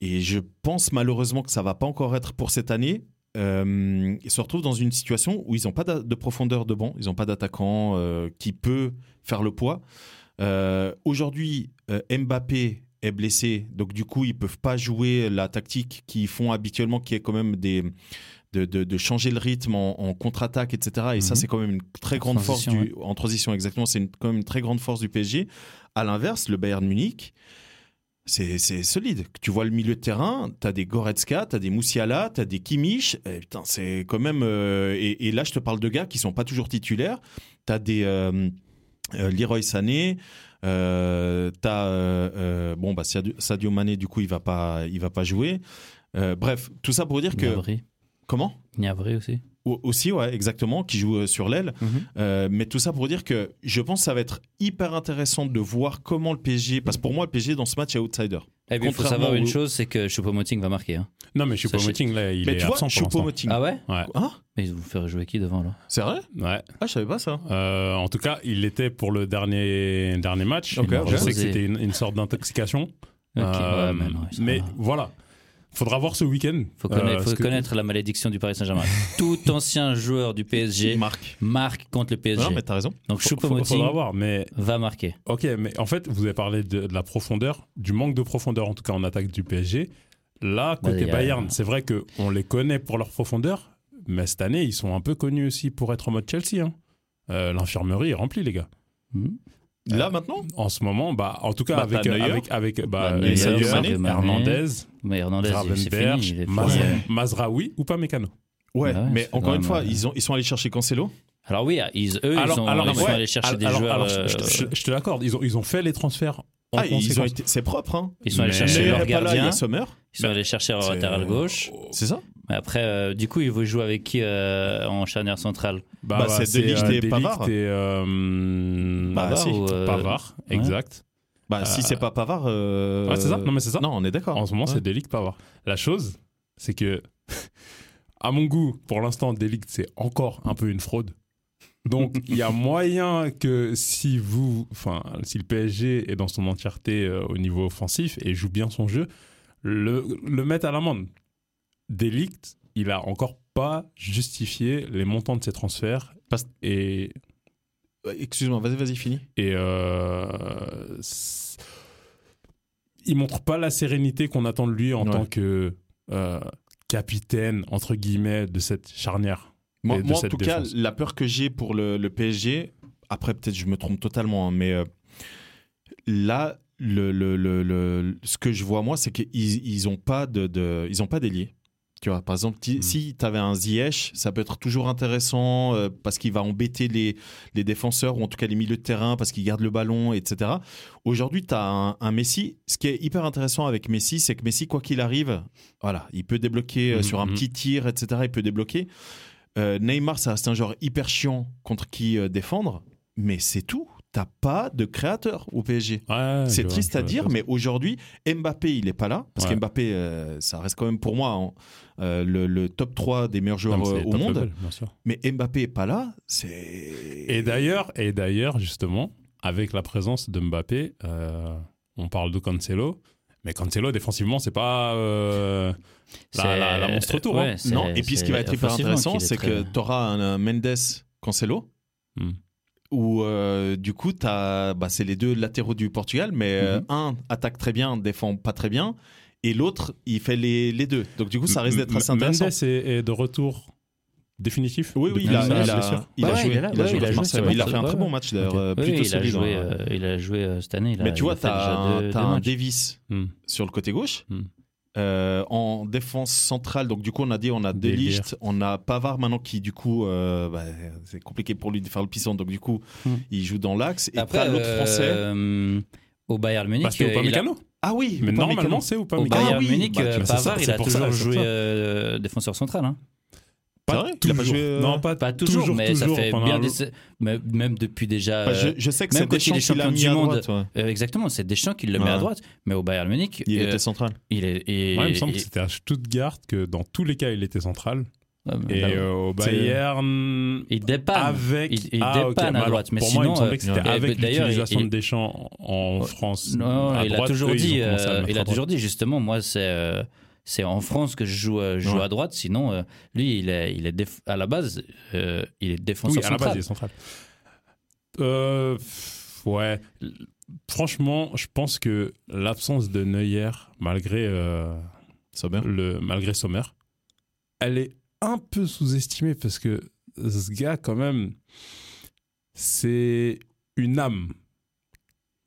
[SPEAKER 1] et je pense malheureusement que ça va pas encore être pour cette année, euh, ils se retrouvent dans une situation où ils n'ont pas d'a- de profondeur de banc, ils n'ont pas d'attaquant euh, qui peut faire le poids. Euh, Aujourd'hui, euh, Mbappé est blessé. Donc du coup, ils peuvent pas jouer la tactique qu'ils font habituellement, qui est quand même des de, de, de changer le rythme en, en contre-attaque, etc. Et ça,
[SPEAKER 2] Mhm.
[SPEAKER 1] c'est quand même une très grande force
[SPEAKER 2] transition,
[SPEAKER 1] du, en transition. Exactement, c'est une- quand même une très grande force du PSG. À l'inverse, le Bayern Munich, c'est c'est solide. Tu vois le milieu de terrain, tu as des Goretzka, tu as des Moussiala, tu as des Kimmich. Et putain, c'est quand même. euh, et, et là, je te parle de gars qui sont pas toujours titulaires. Tu as des euh, euh, Leroy Sané. Euh, t'as euh, euh, bon bah Sadio, Sadio Mané du coup il va pas il va pas jouer Euh, bref tout ça pour dire que
[SPEAKER 2] Gnabry.
[SPEAKER 1] comment
[SPEAKER 2] Gnabry aussi.
[SPEAKER 1] Au- aussi ouais exactement qui joue euh, sur l'aile
[SPEAKER 3] Mhm.
[SPEAKER 1] euh, mais tout ça pour dire que je pense que ça va être hyper intéressant de voir comment le PSG. Parce que pour moi, le PSG dans ce match est outsider.
[SPEAKER 2] Et puis, Eh il faut
[SPEAKER 1] Contrairement
[SPEAKER 2] savoir une
[SPEAKER 1] au-
[SPEAKER 2] chose, c'est que Choupo-Moting va marquer. hein.
[SPEAKER 3] Non, mais Choupo-Moting, là, il
[SPEAKER 1] mais
[SPEAKER 3] est
[SPEAKER 1] tu vois,
[SPEAKER 3] absent pour l'instant.
[SPEAKER 1] Choupo-Moting.
[SPEAKER 2] Ah ouais
[SPEAKER 1] Hein
[SPEAKER 2] Mais ils vont faire jouer qui devant, là
[SPEAKER 1] C'est vrai
[SPEAKER 3] Ouais.
[SPEAKER 1] Ah, je savais pas ça.
[SPEAKER 3] Euh, en tout cas, il était pour le dernier, dernier match.
[SPEAKER 1] Ok, ok.
[SPEAKER 3] Je sais que c'était une, une sorte d'intoxication.
[SPEAKER 2] Ok,
[SPEAKER 3] Euh,
[SPEAKER 2] ouais, mais non, ça
[SPEAKER 3] mais
[SPEAKER 2] va.
[SPEAKER 3] voilà. Faudra voir ce week-end.
[SPEAKER 2] Faut connaître,
[SPEAKER 3] Euh,
[SPEAKER 2] faut
[SPEAKER 3] parce que-
[SPEAKER 2] connaître la malédiction du Paris Saint-Germain. Tout ancien joueur du PSG
[SPEAKER 1] Marc.
[SPEAKER 2] marque contre le PSG.
[SPEAKER 1] Non, mais t'as raison.
[SPEAKER 2] Donc
[SPEAKER 3] faut- faut-
[SPEAKER 2] Choupo-Moting
[SPEAKER 3] Faudra voir. Mais
[SPEAKER 2] va marquer.
[SPEAKER 3] Ok, mais en fait, vous avez parlé de, de la profondeur, du manque de profondeur, en tout cas en attaque du PSG. Là,
[SPEAKER 2] Ouais,
[SPEAKER 3] côté
[SPEAKER 2] il y a-
[SPEAKER 3] Bayern, c'est vrai qu'on les connaît pour leur profondeur, mais cette année, ils sont un peu connus aussi pour être en mode Chelsea. hein. Euh, L'infirmerie est remplie, les gars.
[SPEAKER 1] Là maintenant
[SPEAKER 3] En ce moment, bah, en tout cas,
[SPEAKER 1] Bah,
[SPEAKER 3] avec,
[SPEAKER 1] t'as Neuer.
[SPEAKER 3] avec, avec bah,
[SPEAKER 2] Bah,
[SPEAKER 1] Neuer,
[SPEAKER 3] Neuer,
[SPEAKER 1] Sadio
[SPEAKER 2] Mané.
[SPEAKER 3] Hernandez,
[SPEAKER 2] Mais Hernandez, c'est fini. il
[SPEAKER 3] Gravenberch,
[SPEAKER 2] est-
[SPEAKER 3] Maz-
[SPEAKER 1] Ouais.
[SPEAKER 3] Mazraoui ou pas Mécano.
[SPEAKER 1] Ouais,
[SPEAKER 2] Bah ouais,
[SPEAKER 1] mais
[SPEAKER 2] c'est
[SPEAKER 1] encore une
[SPEAKER 2] vraiment-
[SPEAKER 1] fois, ils, ont, ils sont allés chercher Cancelo.
[SPEAKER 2] Alors oui, ils, eux, ils sont, ils sont
[SPEAKER 3] ouais,
[SPEAKER 2] allés chercher des
[SPEAKER 3] alors-
[SPEAKER 2] joueurs.
[SPEAKER 3] alors, je,
[SPEAKER 2] euh,
[SPEAKER 3] je- je te l'accorde, ils ont, ils ont fait les transferts. en
[SPEAKER 1] Ah, ils ont
[SPEAKER 3] conséquence.
[SPEAKER 1] été... c'est propre. Hein.
[SPEAKER 2] ils sont allés
[SPEAKER 3] Mais-
[SPEAKER 2] chercher
[SPEAKER 3] Neuer
[SPEAKER 2] leur
[SPEAKER 1] est pas là, il y
[SPEAKER 2] gardien.
[SPEAKER 1] a Sommer.
[SPEAKER 2] Ils sont allés chercher leur
[SPEAKER 3] C'est-
[SPEAKER 2] latéral gauche.
[SPEAKER 1] C'est ça
[SPEAKER 2] Mais après, euh, du coup, ils vont jouer avec qui euh, en charnière centrale
[SPEAKER 3] Bah,
[SPEAKER 1] Bah,
[SPEAKER 3] bah,
[SPEAKER 1] c'est De Ligt
[SPEAKER 3] euh,
[SPEAKER 1] et
[SPEAKER 3] De Ligt
[SPEAKER 1] Pavard.
[SPEAKER 3] et, euh,
[SPEAKER 1] Bah, si.
[SPEAKER 2] ou, euh,
[SPEAKER 3] Pavard,
[SPEAKER 2] ouais.
[SPEAKER 3] exact.
[SPEAKER 1] Bah, si
[SPEAKER 3] Euh,
[SPEAKER 1] c'est pas Pavard. euh,
[SPEAKER 3] Ouais, c'est ça Non, mais c'est ça.
[SPEAKER 1] Non, on est d'accord.
[SPEAKER 3] En ce moment,
[SPEAKER 1] Ouais.
[SPEAKER 3] c'est Delict Pavard. La chose, c'est que, à mon goût, pour l'instant, Delict, c'est encore un peu une fraude. Donc, il y a moyen que si vous, enfin, si le PSG est dans son entièreté euh, au niveau offensif et joue bien son jeu, le, le mettre à l'amende. Delict, il a encore pas justifié les montants de ses transferts.
[SPEAKER 1] Parce-
[SPEAKER 3] Et
[SPEAKER 1] Ouais, Euh, Excuse-moi, vas-y, vas-y, finis.
[SPEAKER 3] Et euh, c'est- il montre pas la sérénité qu'on attend de lui en
[SPEAKER 1] Ouais.
[SPEAKER 3] tant que euh, capitaine entre guillemets de cette charnière.
[SPEAKER 1] Moi,
[SPEAKER 3] de
[SPEAKER 1] moi, en
[SPEAKER 3] cette
[SPEAKER 1] tout
[SPEAKER 3] défense.
[SPEAKER 1] cas, la peur que j'ai pour le, le PSG, après peut-être je me trompe totalement, hein, mais euh, là, le, le- le- le- ce que je vois moi, c'est qu'ils ils ont pas de, de- ils ont pas d'ailier. Tu vois, par exemple, ti-
[SPEAKER 3] Mm.
[SPEAKER 1] si tu avais un Ziyech, ça peut être toujours intéressant euh, parce qu'il va embêter les, les défenseurs ou en tout cas les milieux de terrain parce qu'il garde le ballon, etc. Aujourd'hui, tu as un, un Messi. Ce qui est hyper intéressant avec Messi, c'est que Messi, quoi qu'il arrive, voilà, il peut débloquer euh,
[SPEAKER 3] Mhm,
[SPEAKER 1] sur un
[SPEAKER 3] mhm.
[SPEAKER 1] petit tir, etc. Il peut débloquer. Euh, Neymar, ça reste un genre hyper chiant contre qui euh, défendre, mais c'est tout. T'as pas de créateur au PSG. C'est triste à dire, mais aujourd'hui, Mbappé, il est pas là. Parce
[SPEAKER 3] Ouais.
[SPEAKER 1] que Mbappé, euh, ça reste quand même pour moi hein, euh, le, le top 3 des meilleurs joueurs euh, au monde. Mais Mbappé est pas là, c'est.
[SPEAKER 3] Et d'ailleurs, et d'ailleurs, justement, avec la présence de Mbappé, euh, on parle de Cancelo. Mais Cancelo, défensivement, c'est pas euh, la,
[SPEAKER 2] C'est-
[SPEAKER 3] la- la monstre tour. hein.
[SPEAKER 2] Ouais, c'est-
[SPEAKER 1] Non, et puis ce qui
[SPEAKER 2] c'est
[SPEAKER 1] va être hyper
[SPEAKER 2] offensivement
[SPEAKER 1] intéressant,
[SPEAKER 2] qu'il est
[SPEAKER 1] c'est
[SPEAKER 2] très-
[SPEAKER 1] que tu auras un, un Mendes Cancelo,
[SPEAKER 3] Hmm.
[SPEAKER 1] où euh, du coup, t'as- bah, c'est les deux latéraux du Portugal, mais euh, un
[SPEAKER 2] Hmm.
[SPEAKER 1] attaque très bien, défend pas très bien, et l'autre, il fait les, les deux. Donc du coup, ça risque d'être assez
[SPEAKER 3] M- M-
[SPEAKER 1] intéressant.
[SPEAKER 3] Mendes est, est de retour définitif
[SPEAKER 1] Oui, oui,
[SPEAKER 3] depuis
[SPEAKER 1] il a,
[SPEAKER 3] sa
[SPEAKER 1] il a-
[SPEAKER 3] blessure
[SPEAKER 1] il a
[SPEAKER 2] Bah ouais,
[SPEAKER 1] joué.
[SPEAKER 2] il est là,
[SPEAKER 1] il a
[SPEAKER 2] ouais,
[SPEAKER 1] joué
[SPEAKER 2] il a
[SPEAKER 1] contre
[SPEAKER 2] joué,
[SPEAKER 1] Marseille.
[SPEAKER 2] c'est
[SPEAKER 1] Il a fait un
[SPEAKER 2] bon,
[SPEAKER 1] très
[SPEAKER 2] c'est
[SPEAKER 1] bon
[SPEAKER 2] bon.
[SPEAKER 1] match d'ailleurs,
[SPEAKER 3] Ok.
[SPEAKER 1] euh,
[SPEAKER 2] Oui,
[SPEAKER 1] plutôt
[SPEAKER 2] il a
[SPEAKER 1] solide.
[SPEAKER 2] joué,
[SPEAKER 1] hein.
[SPEAKER 2] euh, il a joué euh, cette année. il a-
[SPEAKER 1] mais tu
[SPEAKER 2] il
[SPEAKER 1] vois,
[SPEAKER 2] a fait déjà
[SPEAKER 1] t'as
[SPEAKER 2] deux-
[SPEAKER 1] un, t'as
[SPEAKER 2] deux
[SPEAKER 1] un
[SPEAKER 2] matchs.
[SPEAKER 1] Davis
[SPEAKER 3] Hmm.
[SPEAKER 1] sur le côté gauche.
[SPEAKER 3] Hmm.
[SPEAKER 1] Euh, en défense centrale, donc du coup on a dit on a De
[SPEAKER 3] Délire.
[SPEAKER 1] Ligt, on a Pavard maintenant qui du coup euh, bah, c'est compliqué pour lui de faire le pisson, donc du coup
[SPEAKER 3] Hmm.
[SPEAKER 1] il joue dans l'axe et
[SPEAKER 2] Après,
[SPEAKER 1] t'as l'autre
[SPEAKER 2] euh,
[SPEAKER 1] français.
[SPEAKER 2] Au Bayern Munich,
[SPEAKER 3] Bah, c'était
[SPEAKER 2] euh,
[SPEAKER 3] Opa
[SPEAKER 2] il a-
[SPEAKER 3] Mécano.
[SPEAKER 1] Ah oui,
[SPEAKER 3] Mais
[SPEAKER 1] Upamecano.
[SPEAKER 3] normalement, c'est Opa
[SPEAKER 2] au
[SPEAKER 3] Mécano.
[SPEAKER 1] Ah
[SPEAKER 2] Bayern
[SPEAKER 1] oui,
[SPEAKER 2] Munich,
[SPEAKER 1] bah,
[SPEAKER 2] euh,
[SPEAKER 3] hein. bah, c'est ça,
[SPEAKER 2] Pavard, il
[SPEAKER 3] c'est
[SPEAKER 2] a
[SPEAKER 3] pour ça,
[SPEAKER 2] toujours
[SPEAKER 3] c'est pour
[SPEAKER 2] joué
[SPEAKER 3] ça.
[SPEAKER 2] euh, défenseur central. hein.
[SPEAKER 1] C'est vrai Il a pas
[SPEAKER 3] toujours.
[SPEAKER 1] joué, euh,
[SPEAKER 3] Non, pas,
[SPEAKER 2] Pas toujours,
[SPEAKER 3] toujours,
[SPEAKER 2] mais
[SPEAKER 3] toujours,
[SPEAKER 2] ça fait
[SPEAKER 3] pendant
[SPEAKER 2] bien
[SPEAKER 3] un-
[SPEAKER 2] des... sa- mais- Même depuis déjà...
[SPEAKER 1] Bah, je,
[SPEAKER 2] euh,
[SPEAKER 1] je sais que
[SPEAKER 2] même
[SPEAKER 1] c'est
[SPEAKER 2] quand il est
[SPEAKER 1] Deschamps qui l'a
[SPEAKER 2] champion
[SPEAKER 1] mis
[SPEAKER 2] du
[SPEAKER 1] à
[SPEAKER 2] monde,
[SPEAKER 1] droite, ouais.
[SPEAKER 2] euh, exactement, c'est Deschamps qui le met
[SPEAKER 1] Ouais.
[SPEAKER 2] à droite. Mais au Bayern Munich,
[SPEAKER 1] il
[SPEAKER 2] euh,
[SPEAKER 1] était central.
[SPEAKER 2] il est... et-
[SPEAKER 3] Ouais, il me semble
[SPEAKER 2] et-
[SPEAKER 3] que c'était à Stuttgart que dans tous les cas il était central
[SPEAKER 2] Ouais, mais
[SPEAKER 3] et
[SPEAKER 2] bah,
[SPEAKER 3] euh, au
[SPEAKER 1] C'est-
[SPEAKER 3] Bayern
[SPEAKER 2] Il dépanne.
[SPEAKER 3] avec
[SPEAKER 2] Il- il
[SPEAKER 3] ah, ok.
[SPEAKER 2] dépanne à
[SPEAKER 3] Mais alors,
[SPEAKER 2] droite, mais
[SPEAKER 3] pour moi il me
[SPEAKER 2] sinon,
[SPEAKER 3] semblait que c'était
[SPEAKER 1] euh,
[SPEAKER 3] avec
[SPEAKER 2] et d'ailleurs,
[SPEAKER 3] l'utilisation
[SPEAKER 2] il-
[SPEAKER 3] de Deschamps en
[SPEAKER 2] Oh,
[SPEAKER 3] France
[SPEAKER 2] Non,
[SPEAKER 3] à
[SPEAKER 2] il
[SPEAKER 3] droite,
[SPEAKER 2] a toujours
[SPEAKER 3] eux, ils ont
[SPEAKER 2] dit,
[SPEAKER 3] commencé à le
[SPEAKER 2] euh, il
[SPEAKER 3] mettre à
[SPEAKER 2] a
[SPEAKER 3] droite.
[SPEAKER 2] toujours dit justement, moi c'est euh, c'est en France que je joue, euh, je joue
[SPEAKER 1] Ouais.
[SPEAKER 2] à droite. Sinon, euh, lui, il est, il est déf- à la base, euh, il est défenseur
[SPEAKER 3] oui à la base
[SPEAKER 2] central.
[SPEAKER 3] il est central Euh, pff, Ouais. L- Franchement, je pense que l'absence de Neuer, malgré, euh,
[SPEAKER 1] Sommer.
[SPEAKER 3] le, malgré Sommer, elle est un peu sous-estimée parce que ce gars, quand même, c'est une âme.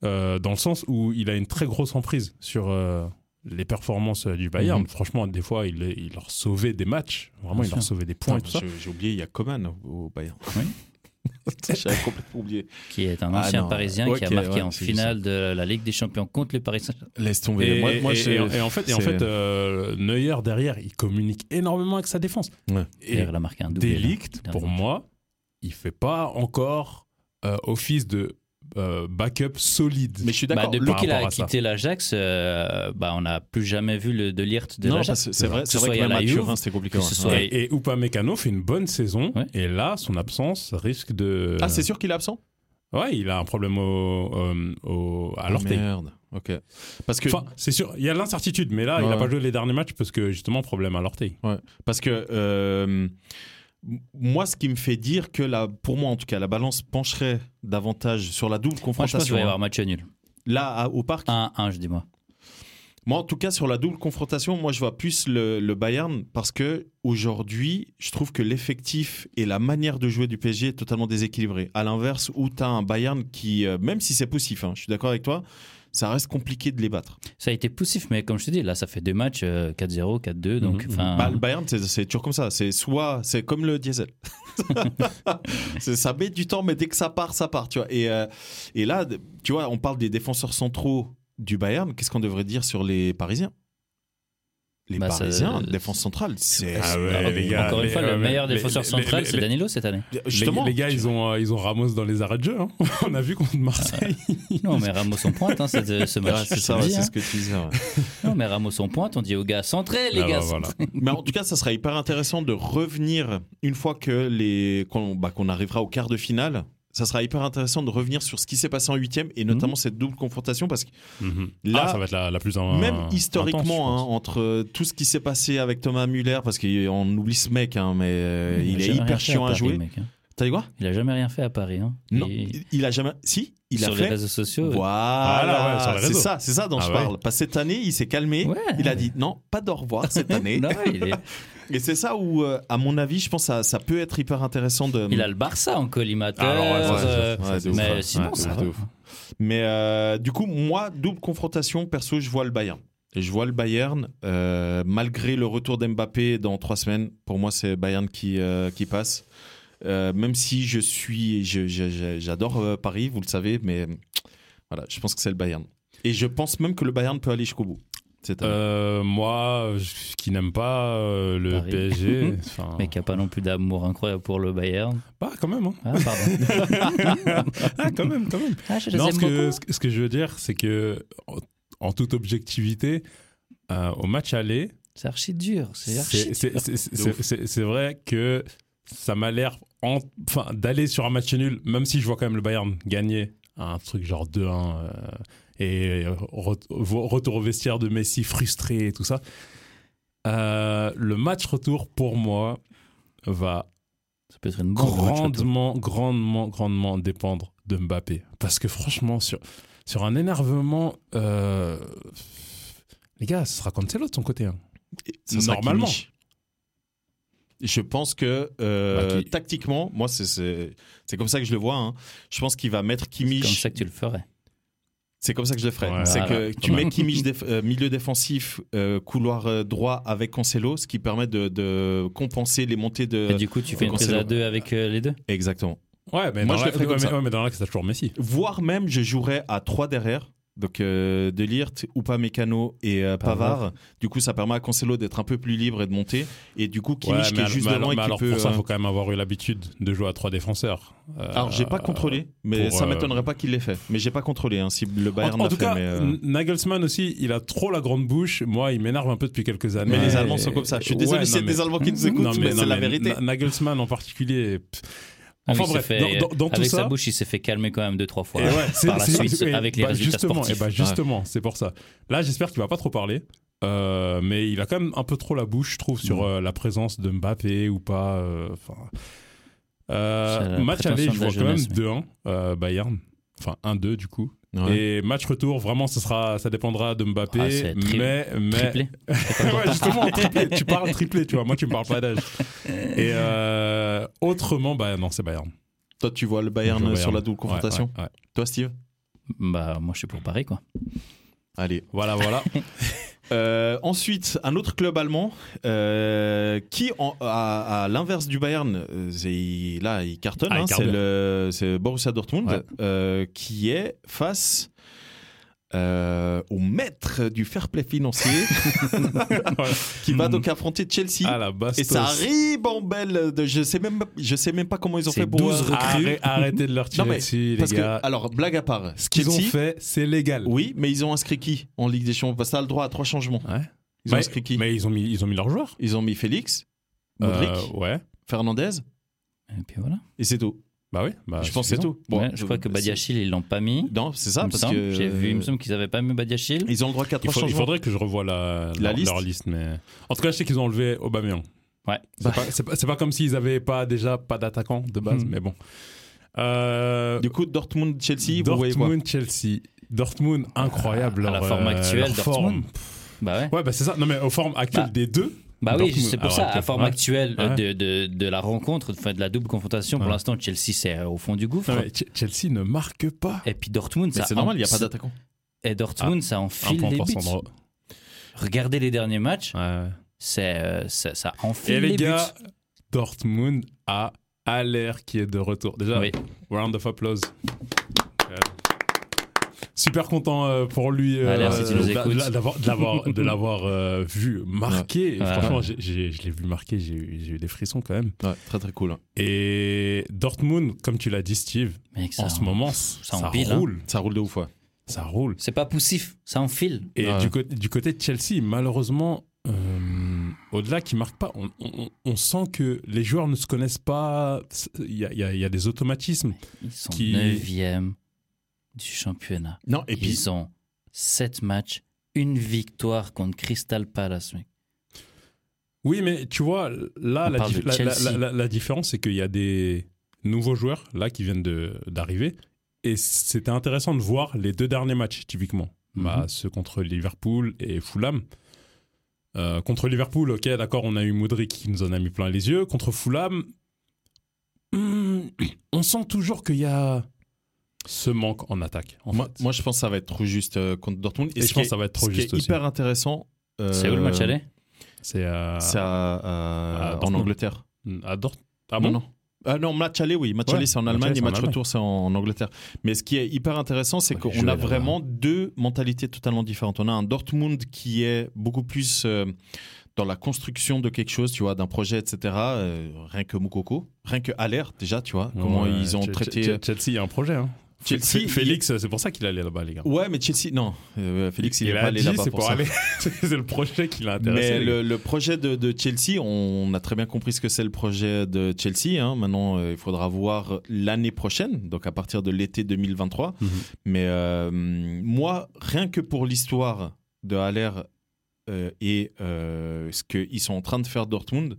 [SPEAKER 3] Euh, dans le sens où il a une très grosse emprise sur euh, les performances euh, du Bayern.
[SPEAKER 1] Mhm.
[SPEAKER 3] Franchement, des fois, il, il leur sauvait des matchs. Vraiment,
[SPEAKER 4] Bien
[SPEAKER 3] il leur
[SPEAKER 4] sûr.
[SPEAKER 3] sauvait des points
[SPEAKER 1] Putain,
[SPEAKER 3] et tout ça.
[SPEAKER 1] j'ai- J'ai oublié, il y a Coman au au Bayern.
[SPEAKER 4] Oui.
[SPEAKER 1] J'avais complètement oublié.
[SPEAKER 2] qui est un
[SPEAKER 1] Ah
[SPEAKER 2] ancien
[SPEAKER 1] non,
[SPEAKER 2] parisien
[SPEAKER 1] ouais,
[SPEAKER 2] qui a
[SPEAKER 1] ok,
[SPEAKER 2] marqué
[SPEAKER 1] ouais,
[SPEAKER 2] en
[SPEAKER 1] c'est
[SPEAKER 2] finale de la Ligue des Champions contre le Paris Saint-Germain.
[SPEAKER 1] Laisse tomber.
[SPEAKER 3] Et,
[SPEAKER 1] moi, moi,
[SPEAKER 3] et-
[SPEAKER 1] j'ai-
[SPEAKER 3] et- et en fait, et en
[SPEAKER 1] c'est-
[SPEAKER 3] fait euh, Neuer derrière, il communique énormément avec sa défense.
[SPEAKER 1] Ouais.
[SPEAKER 3] Et
[SPEAKER 2] D'ailleurs, il a marqué un doublé. là.
[SPEAKER 3] Delict, pour
[SPEAKER 2] Dernier.
[SPEAKER 3] moi, il fait pas encore euh, office de euh, backup solide.
[SPEAKER 1] Mais je suis
[SPEAKER 2] Bah,
[SPEAKER 1] d'accord.
[SPEAKER 2] depuis
[SPEAKER 3] par
[SPEAKER 2] qu'il a
[SPEAKER 3] rapport à ça.
[SPEAKER 2] quitté l'Ajax, euh, bah, on n'a plus jamais vu le Delirte de
[SPEAKER 1] non,
[SPEAKER 2] l'Ajax.
[SPEAKER 1] parce que c'est vrai,
[SPEAKER 2] Que
[SPEAKER 1] c'est
[SPEAKER 2] ce
[SPEAKER 1] vrai que
[SPEAKER 2] soit à
[SPEAKER 1] même
[SPEAKER 2] la
[SPEAKER 1] à
[SPEAKER 2] Juve,
[SPEAKER 1] Turin, c'était compliqué.
[SPEAKER 2] que ce
[SPEAKER 1] ouais.
[SPEAKER 2] soit-
[SPEAKER 1] Ouais.
[SPEAKER 2] Ouais.
[SPEAKER 3] Et, et Upamecano fait une bonne saison.
[SPEAKER 2] Ouais.
[SPEAKER 3] Et là, son absence risque de.
[SPEAKER 2] Euh,
[SPEAKER 1] Ah, c'est sûr qu'il est absent
[SPEAKER 3] Ouais, il a un problème au, euh, au- à
[SPEAKER 1] Ah,
[SPEAKER 3] l'orteil.
[SPEAKER 1] Merde. Ok. Parce que,
[SPEAKER 3] Enfin, c'est sûr, il y a l'incertitude, mais là, il n'a
[SPEAKER 1] Ouais.
[SPEAKER 3] pas joué les derniers matchs parce que justement, problème à l'orteil.
[SPEAKER 1] parce que euh, m- moi, ce qui me fait dire que la, pour moi en tout cas, la balance pencherait davantage sur la double
[SPEAKER 2] Moi, je pense qu'il
[SPEAKER 1] confrontation.
[SPEAKER 2] va y
[SPEAKER 1] hein.
[SPEAKER 2] avoir Ah. match nul.
[SPEAKER 1] Là, à- au parc,
[SPEAKER 2] 1-1, je dis moi.
[SPEAKER 1] Moi, en tout cas, sur la double confrontation, moi, je vois plus le, le Bayern parce que aujourd'hui, je trouve que l'effectif et la manière de jouer du PSG est totalement déséquilibré. À l'inverse, où tu as un Bayern qui, euh, même si c'est poussif, hein, je suis d'accord avec toi, ça reste compliqué de les battre.
[SPEAKER 2] Ça a été poussif, mais comme je te dis, là, ça fait deux matchs, euh, 4-0, 4-2. Donc,
[SPEAKER 3] Mhm.
[SPEAKER 2] enfin,
[SPEAKER 1] Bah, le Bayern, c'est- c'est toujours comme ça. C'est soit, c'est comme le diesel. C'est- ça met du temps, mais dès que ça part, ça part. Tu vois. Et, euh, et là, tu vois, on parle des défenseurs centraux du Bayern. Qu'est-ce qu'on devrait dire sur les Parisiens Les
[SPEAKER 2] Bah, ça-
[SPEAKER 1] Parisiens,
[SPEAKER 3] euh,
[SPEAKER 1] défense centrale, c'est.
[SPEAKER 3] Ah ouais,
[SPEAKER 2] alors,
[SPEAKER 3] les gars,
[SPEAKER 2] encore une
[SPEAKER 3] les-
[SPEAKER 2] fois,
[SPEAKER 3] ouais,
[SPEAKER 1] euh,
[SPEAKER 2] le
[SPEAKER 3] mais
[SPEAKER 2] meilleur
[SPEAKER 3] les-
[SPEAKER 2] défenseur
[SPEAKER 3] les-
[SPEAKER 2] central,
[SPEAKER 3] les-
[SPEAKER 2] c'est
[SPEAKER 3] les-
[SPEAKER 2] Danilo cette année.
[SPEAKER 1] Justement,
[SPEAKER 3] les, les gars, ils ont, euh, ils ont Ramos dans les arrêts de jeu. hein. On a vu contre Marseille.
[SPEAKER 2] Non, mais Ramos en pointe, hein, c'est de- ce match.
[SPEAKER 1] Ah, c'est
[SPEAKER 2] je te
[SPEAKER 1] ça,
[SPEAKER 2] le
[SPEAKER 1] ouais,
[SPEAKER 2] dis,
[SPEAKER 1] c'est
[SPEAKER 2] hein.
[SPEAKER 1] ce que tu disais. ouais.
[SPEAKER 2] Non, mais Ramos en pointe, on dit aux gars, centrez, les
[SPEAKER 3] Ah,
[SPEAKER 2] gars.
[SPEAKER 3] bah, voilà.
[SPEAKER 1] Mais en tout cas, ça sera hyper intéressant de revenir une fois que les qu'on bah, qu'on arrivera au quart de finale. Ça sera hyper intéressant de revenir sur ce qui s'est passé en huitième et notamment cette double confrontation parce que
[SPEAKER 3] Mhm.
[SPEAKER 1] Là,
[SPEAKER 3] Ah, ça va être la, la plus in-
[SPEAKER 1] même
[SPEAKER 3] intense, je
[SPEAKER 1] historiquement,
[SPEAKER 3] pense.
[SPEAKER 1] hein, entre euh, tout ce qui s'est passé avec Thomas Muller, parce qu'on oublie ce mec, hein, mais euh, il, est
[SPEAKER 2] jamais rien
[SPEAKER 1] hyper
[SPEAKER 2] fait
[SPEAKER 1] chiant à
[SPEAKER 2] Paris,
[SPEAKER 1] jouer.
[SPEAKER 2] mec, hein.
[SPEAKER 1] T'as dit quoi
[SPEAKER 2] Il a jamais rien fait à Paris. hein.
[SPEAKER 1] Non,
[SPEAKER 2] Et-
[SPEAKER 1] il, il a jamais. Si, il
[SPEAKER 2] sur
[SPEAKER 1] a
[SPEAKER 2] les
[SPEAKER 1] fait.
[SPEAKER 2] réseaux sociaux.
[SPEAKER 1] Voilà,
[SPEAKER 3] Voilà, ouais, sur les
[SPEAKER 1] c'est
[SPEAKER 3] réseaux.
[SPEAKER 1] ça, c'est ça dont
[SPEAKER 3] Ah
[SPEAKER 1] je
[SPEAKER 3] ouais.
[SPEAKER 1] parle. Parce que cette année, il s'est calmé.
[SPEAKER 2] Ouais.
[SPEAKER 1] Il a dit non, pas d'au revoir cette année.
[SPEAKER 2] Non, ouais, il, est-
[SPEAKER 1] Et c'est ça où, euh, à mon avis, je pense que ça, ça peut être hyper intéressant de.
[SPEAKER 2] il a le Barça en collimateur.
[SPEAKER 3] Alors, ouais, ça, c'est-
[SPEAKER 2] euh,
[SPEAKER 1] Ah, Ouais, de ouf,
[SPEAKER 2] mais
[SPEAKER 1] ouais.
[SPEAKER 2] sinon,
[SPEAKER 1] Ouais, de
[SPEAKER 2] ça
[SPEAKER 1] ouf,
[SPEAKER 2] va.
[SPEAKER 1] de ouf. Mais euh, du coup, moi, double confrontation, perso, je vois le Bayern. Et je vois le Bayern, euh, malgré le retour d'Mbappé dans trois semaines, pour moi, c'est Bayern qui, euh, qui passe. Euh, même si je suis, je- je- je- j'adore euh, Paris, vous le savez, mais euh, voilà, je pense que c'est le Bayern. Et je pense même que le Bayern peut aller jusqu'au bout. C'est un-
[SPEAKER 3] Euh, moi, je- qui n'aime pas euh, le
[SPEAKER 2] Paris.
[SPEAKER 3] PSG, enfin,
[SPEAKER 2] Mais qui a pas non plus d'amour incroyable pour le Bayern.
[SPEAKER 3] bah, quand même, hein.
[SPEAKER 2] Ah, pardon.
[SPEAKER 3] ah, quand même, quand même.
[SPEAKER 2] Ah, je les
[SPEAKER 3] Non,
[SPEAKER 2] aime
[SPEAKER 3] ce que,
[SPEAKER 2] beaucoup.
[SPEAKER 3] ce que- ce que je veux dire, c'est que en, en toute objectivité, euh, au match aller,
[SPEAKER 2] C'est archi dur. C'est archi
[SPEAKER 3] c'est- c'est-
[SPEAKER 2] dur.
[SPEAKER 3] c'est- c'est c'est- c'est vrai que ça m'a l'air en- enfin, d'aller sur un match nul, même si je vois quand même le Bayern gagner un truc genre 2-1 euh, et euh, re- vo- retour au vestiaire de Messi frustré et tout ça. Euh, le match retour pour moi va
[SPEAKER 2] Ça peut être une bombe, le match retour.
[SPEAKER 3] grandement, grandement, grandement dépendre de Mbappé. Parce que franchement, sur, sur un énervement, euh, les gars, ce sera Cancelo de son côté. hein.
[SPEAKER 1] Ça sera
[SPEAKER 3] normalement.
[SPEAKER 1] Kimmich. Je pense que euh,
[SPEAKER 3] Bah, qui-
[SPEAKER 1] tactiquement, moi, c'est- c'est c'est comme ça que je le vois. hein. Je pense qu'il va mettre
[SPEAKER 2] C'est Comme
[SPEAKER 1] Kimmich
[SPEAKER 2] ça que tu le ferais.
[SPEAKER 1] C'est comme ça que je le ferais.
[SPEAKER 3] Ouais.
[SPEAKER 1] c'est
[SPEAKER 2] Voilà.
[SPEAKER 1] que tu mets Kimmich déf- euh, milieu défensif, euh, couloir euh, droit avec Cancelo, ce qui permet de, de compenser les montées de.
[SPEAKER 2] Et du coup, tu fais une prise
[SPEAKER 1] Cancelo.
[SPEAKER 2] à deux avec euh, les deux.
[SPEAKER 1] Exactement.
[SPEAKER 3] Ouais, mais
[SPEAKER 1] Moi,
[SPEAKER 3] dans
[SPEAKER 1] je le
[SPEAKER 3] la-
[SPEAKER 1] ferais
[SPEAKER 3] ouais,
[SPEAKER 1] comme
[SPEAKER 3] mais-
[SPEAKER 1] ça.
[SPEAKER 3] ouais, mais dans l'axe, t'as toujours Messi.
[SPEAKER 1] Voire même, je jouerais à 3 derrière. Donc euh, Delirte, Upamecano et euh, Pavard. Du coup, ça permet à Cancelo d'être un peu plus libre et de monter. Et du coup,
[SPEAKER 3] Ouais,
[SPEAKER 1] Kimmich qui
[SPEAKER 3] mais
[SPEAKER 1] est
[SPEAKER 3] al-
[SPEAKER 1] juste
[SPEAKER 3] mais
[SPEAKER 1] devant
[SPEAKER 3] alors-
[SPEAKER 1] et
[SPEAKER 3] mais
[SPEAKER 1] qui
[SPEAKER 3] alors
[SPEAKER 1] peut.
[SPEAKER 3] pour ça,
[SPEAKER 1] euh,
[SPEAKER 3] il faut quand même avoir eu l'habitude de jouer à trois défenseurs. Euh,
[SPEAKER 1] Alors, j'ai pas contrôlé, mais
[SPEAKER 3] pour,
[SPEAKER 1] ça
[SPEAKER 3] euh,
[SPEAKER 1] m'étonnerait pas qu'il l'ait fait. Mais j'ai pas contrôlé hein, si le Bayern
[SPEAKER 3] en, en
[SPEAKER 1] l'a
[SPEAKER 3] tout
[SPEAKER 1] fait.
[SPEAKER 3] cas,
[SPEAKER 1] mais, euh,
[SPEAKER 3] N- Nagelsmann aussi, il a trop la grande bouche. Moi, il m'énerve un peu depuis quelques années.
[SPEAKER 1] mais les
[SPEAKER 3] Et-
[SPEAKER 1] Allemands sont comme ça. Je suis désolé,
[SPEAKER 3] Ouais,
[SPEAKER 1] c'est
[SPEAKER 3] non, mais-
[SPEAKER 1] des Allemands qui nous écoutent,
[SPEAKER 3] Non,
[SPEAKER 1] mais,
[SPEAKER 3] non,
[SPEAKER 1] c'est la
[SPEAKER 3] mais
[SPEAKER 1] vérité.
[SPEAKER 3] Na- Nagelsmann en particulier. pff.
[SPEAKER 2] Ah oui,
[SPEAKER 3] Enfin
[SPEAKER 2] il s'est
[SPEAKER 3] bref,
[SPEAKER 2] fait-
[SPEAKER 3] dans, dans- dans tout
[SPEAKER 2] avec
[SPEAKER 3] ça,
[SPEAKER 2] sa bouche, il s'est fait calmer quand même deux, trois fois.
[SPEAKER 3] Et ouais, c'est-
[SPEAKER 2] par la
[SPEAKER 3] c'est-
[SPEAKER 2] suite,
[SPEAKER 3] et
[SPEAKER 2] avec les
[SPEAKER 3] bah,
[SPEAKER 2] résultats
[SPEAKER 3] justement,
[SPEAKER 2] sportifs.
[SPEAKER 3] et bah, justement, c'est pour ça. Là, j'espère qu'il va pas trop parler, euh, mais il a quand même un peu trop la bouche, je trouve, sur
[SPEAKER 1] Mm.
[SPEAKER 3] euh, la présence de Mbappé ou pas. euh, enfin.
[SPEAKER 2] C'est
[SPEAKER 3] Euh,
[SPEAKER 2] la
[SPEAKER 3] match aller,
[SPEAKER 2] prétention
[SPEAKER 3] je
[SPEAKER 2] de la
[SPEAKER 3] vois quand même
[SPEAKER 2] jeunesse, mais-
[SPEAKER 3] 2-1 euh, Bayern. Enfin, 1-2 du coup.
[SPEAKER 1] Ouais.
[SPEAKER 3] Et match retour, vraiment, ça, sera, ça dépendra de Mbappé.
[SPEAKER 2] Ah, c'est tri-
[SPEAKER 3] mais, mais,
[SPEAKER 2] Triplé.
[SPEAKER 3] ouais, justement, triplé. tu parles triplé, tu vois. Moi, tu me parles pas d'âge. Et euh, autrement, bah non, c'est Bayern.
[SPEAKER 1] Toi, tu vois le
[SPEAKER 3] Je
[SPEAKER 1] Bayern
[SPEAKER 3] vois
[SPEAKER 1] sur
[SPEAKER 3] Bayern.
[SPEAKER 1] la double confrontation.
[SPEAKER 3] Ouais, ouais, ouais.
[SPEAKER 1] Toi, Steve
[SPEAKER 2] Bah, moi, je suis pour Paris, quoi.
[SPEAKER 1] Allez.
[SPEAKER 3] Voilà, voilà.
[SPEAKER 1] Euh, ensuite, un autre club allemand euh, qui, en- à, à l'inverse du Bayern, euh, c'est- il- là, il cartonne.
[SPEAKER 3] Ah, il
[SPEAKER 1] hein, c'est
[SPEAKER 3] cartonne.
[SPEAKER 1] le c'est Borussia Dortmund
[SPEAKER 3] Ouais.
[SPEAKER 1] euh, qui est face euh, au maître du fair play financier
[SPEAKER 3] Voilà. Hmm.
[SPEAKER 1] qui va donc affronter Chelsea.
[SPEAKER 3] À la base.
[SPEAKER 1] et ça ribambelle. De, je sais même, je sais même pas comment ils ont
[SPEAKER 2] C'est
[SPEAKER 1] fait pour.
[SPEAKER 2] 12
[SPEAKER 1] euh,
[SPEAKER 2] recrues.
[SPEAKER 3] arrêtez de leur tirer
[SPEAKER 1] Non, mais
[SPEAKER 3] dessus, les
[SPEAKER 1] parce que,
[SPEAKER 3] gars.
[SPEAKER 1] alors, blague à part,
[SPEAKER 3] Ce qu'ils ont
[SPEAKER 1] Chelsea,
[SPEAKER 3] fait, c'est légal.
[SPEAKER 1] Oui, mais ils ont inscrit qui en Ligue des Champions Parce que t'as le droit à trois changements.
[SPEAKER 3] Ouais.
[SPEAKER 1] Ils ont
[SPEAKER 3] mais,
[SPEAKER 1] inscrit qui
[SPEAKER 3] mais ils ont mis, ils ont mis leurs joueurs.
[SPEAKER 1] Ils ont mis Félix, Modric,
[SPEAKER 3] Euh, ouais.
[SPEAKER 1] Fernandez,
[SPEAKER 2] Et puis voilà.
[SPEAKER 1] et c'est tout.
[SPEAKER 3] Bah oui. bah,
[SPEAKER 1] je pense que c'est
[SPEAKER 3] suffisant.
[SPEAKER 1] tout.
[SPEAKER 2] Ouais, je crois que
[SPEAKER 1] euh,
[SPEAKER 2] Badiachil, ils l'ont pas mis.
[SPEAKER 1] c'est- Non, c'est
[SPEAKER 2] Il
[SPEAKER 1] ça,
[SPEAKER 2] me
[SPEAKER 1] parce
[SPEAKER 2] semble.
[SPEAKER 1] que. euh,
[SPEAKER 2] J'ai vu, il me semble qu'ils avaient pas mis Badiachil.
[SPEAKER 1] Ils ont le droit à quatre
[SPEAKER 3] Il, faut- il
[SPEAKER 1] changements.
[SPEAKER 3] faudrait que je revoie la,
[SPEAKER 1] La
[SPEAKER 3] leur,
[SPEAKER 1] liste.
[SPEAKER 3] leur liste, mais en tout cas, je sais qu'ils ont enlevé Aubameyang.
[SPEAKER 2] Ouais.
[SPEAKER 3] C'est pas, c'est pas- c'est pas comme s'ils avaient pas déjà pas d'attaquant de base,
[SPEAKER 2] Mhm.
[SPEAKER 3] mais bon. Euh,
[SPEAKER 1] Hmm. Du coup, Dortmund, Chelsea, vous voyez quoi Ah,
[SPEAKER 3] Dortmund, Chelsea. Dortmund, incroyable.
[SPEAKER 2] À la
[SPEAKER 3] leur,
[SPEAKER 2] forme
[SPEAKER 3] euh,
[SPEAKER 2] actuelle,
[SPEAKER 3] leur forme.
[SPEAKER 2] Dortmund. Bah ouais.
[SPEAKER 3] Ouais, bah c'est ça. Non, mais aux formes actuelles
[SPEAKER 2] Bah.
[SPEAKER 3] des deux.
[SPEAKER 2] Bah oui,
[SPEAKER 3] Dortmund.
[SPEAKER 2] c'est pour
[SPEAKER 3] Ah
[SPEAKER 2] ça,
[SPEAKER 3] ouais,
[SPEAKER 2] à forme
[SPEAKER 3] ouais.
[SPEAKER 2] actuelle euh, de,
[SPEAKER 3] Ouais.
[SPEAKER 2] de, de la rencontre, enfin, de la double confrontation, pour
[SPEAKER 3] Ouais.
[SPEAKER 2] l'instant, Chelsea, c'est euh, au fond du gouffre.
[SPEAKER 3] Non, mais Ch- Chelsea ne marque pas.
[SPEAKER 2] Et puis Dortmund,
[SPEAKER 1] Mais
[SPEAKER 2] ça
[SPEAKER 1] c'est normal, il n'y a
[SPEAKER 2] en-
[SPEAKER 1] pas d'attaquant.
[SPEAKER 2] Et Dortmund, ça
[SPEAKER 3] Ah, Un
[SPEAKER 2] enfile
[SPEAKER 3] point
[SPEAKER 2] les
[SPEAKER 3] pour
[SPEAKER 2] buts.
[SPEAKER 3] Sandro.
[SPEAKER 2] Regardez les derniers matchs,
[SPEAKER 3] Ouais.
[SPEAKER 2] c'est euh, ça, ça enfile
[SPEAKER 3] Et les
[SPEAKER 2] buts.
[SPEAKER 3] gars, Dortmund a Aller qui est de retour. Déjà,
[SPEAKER 2] Oui.
[SPEAKER 3] round of applause. Euh, Super content euh, pour lui euh,
[SPEAKER 2] Haller, si Bah, tu nous
[SPEAKER 3] d'a-
[SPEAKER 2] écoutes.
[SPEAKER 3] d'a- d'avoir- de l'avoir- de l'avoir euh, vu marquer. Et
[SPEAKER 2] Ouais.
[SPEAKER 3] Franchement, j'ai- j'ai- je l'ai vu marquer, j'ai eu j'ai eu des frissons quand même.
[SPEAKER 1] Ouais, très très cool.
[SPEAKER 3] Et Dortmund, comme tu l'as dit, Steve,
[SPEAKER 2] Mec, ça
[SPEAKER 3] en ce moment, ça,
[SPEAKER 2] empile, hein.
[SPEAKER 3] roule.
[SPEAKER 1] Ça roule de ouf, ouais.
[SPEAKER 3] Ça roule.
[SPEAKER 2] C'est pas poussif, ça enfile.
[SPEAKER 3] Et
[SPEAKER 1] Ouais.
[SPEAKER 3] du, côté, du côté de Chelsea, malheureusement, euh, au-delà qu'ils ne marquent pas, on, on- on sent que les joueurs ne se connaissent pas. C'est- Il y a, il y a- il y a des automatismes.
[SPEAKER 2] Ils sont
[SPEAKER 3] Qui-
[SPEAKER 2] 9e du championnat.
[SPEAKER 1] Non, et puis.
[SPEAKER 2] Ils ont 7 matchs, une victoire contre Crystal Palace, mec.
[SPEAKER 3] Oui, mais tu vois, là,
[SPEAKER 2] On
[SPEAKER 3] la,
[SPEAKER 2] parle
[SPEAKER 3] dif-
[SPEAKER 2] de
[SPEAKER 3] la- la-
[SPEAKER 2] Chelsea.
[SPEAKER 3] la- la- la différence, c'est qu'il y a des nouveaux joueurs là qui viennent de- d'arriver. Et c'était intéressant de voir les deux derniers matchs, typiquement. bah,
[SPEAKER 2] Mhm.
[SPEAKER 3] ceux contre Liverpool et Fulham. Euh, contre Liverpool, ok, d'accord, on a eu Modric qui nous en a mis plein les yeux. Contre Fulham, hmm, on sent toujours qu'il y a ce manque en attaque. En
[SPEAKER 1] Moi,
[SPEAKER 3] fait.
[SPEAKER 1] moi, je pense que ça va être trop juste euh, contre Dortmund.
[SPEAKER 3] et
[SPEAKER 1] ce
[SPEAKER 3] je
[SPEAKER 1] qui
[SPEAKER 3] pense
[SPEAKER 1] est-
[SPEAKER 3] que ça va être trop
[SPEAKER 1] ce qui
[SPEAKER 3] juste
[SPEAKER 1] est
[SPEAKER 3] aussi.
[SPEAKER 1] hyper intéressant. euh,
[SPEAKER 2] C'est où le match aller
[SPEAKER 3] C'est à,
[SPEAKER 1] C'est à- à-
[SPEAKER 3] À
[SPEAKER 1] euh, en
[SPEAKER 3] Ah. Dortmund.
[SPEAKER 1] Angleterre.
[SPEAKER 3] à Dort- Ah bon
[SPEAKER 1] non, non. Ah non, match aller, oui. Match
[SPEAKER 3] Ouais,
[SPEAKER 1] aller, c'est en
[SPEAKER 3] match
[SPEAKER 1] Allemagne
[SPEAKER 3] aller,
[SPEAKER 1] et
[SPEAKER 3] c'est en
[SPEAKER 1] match
[SPEAKER 3] Allemagne.
[SPEAKER 1] retour, c'est en, en Angleterre. Mais ce qui est hyper intéressant, c'est
[SPEAKER 3] Ouais, les
[SPEAKER 1] qu'on
[SPEAKER 3] jeux,
[SPEAKER 1] a
[SPEAKER 3] là,
[SPEAKER 1] vraiment deux mentalités totalement différentes. On a un Dortmund qui est beaucoup plus euh, dans la construction de quelque chose, tu vois, d'un projet, etc. Euh, rien que Moukoko, rien que Aller, déjà, tu vois, comment
[SPEAKER 3] Ouais,
[SPEAKER 1] ils ont
[SPEAKER 3] Che-
[SPEAKER 1] traité. euh,
[SPEAKER 3] Che- Chelsea, il y a un projet. hein.
[SPEAKER 1] Chelsea,
[SPEAKER 3] Fé-
[SPEAKER 1] il-
[SPEAKER 3] Félix, euh, c'est pour ça qu'il allait là-bas, les gars.
[SPEAKER 1] Ouais, mais Chelsea, non. Euh, Félix, il, est
[SPEAKER 3] a
[SPEAKER 1] pas allé
[SPEAKER 3] dit,
[SPEAKER 1] là-bas
[SPEAKER 3] c'est
[SPEAKER 1] pour, ça.
[SPEAKER 3] aller. c'est le projet qui l'a intéressé.
[SPEAKER 1] Mais
[SPEAKER 3] les gars.
[SPEAKER 1] le, le projet de, de Chelsea, on a très bien compris ce que c'est le projet de Chelsea. hein. Maintenant, euh, il faudra voir l'année prochaine, donc à partir de l'été 2023.
[SPEAKER 3] Mhm.
[SPEAKER 1] Mais euh, moi, rien que pour l'histoire de Haller euh, et euh, ce qu'ils sont en train de faire Dortmund,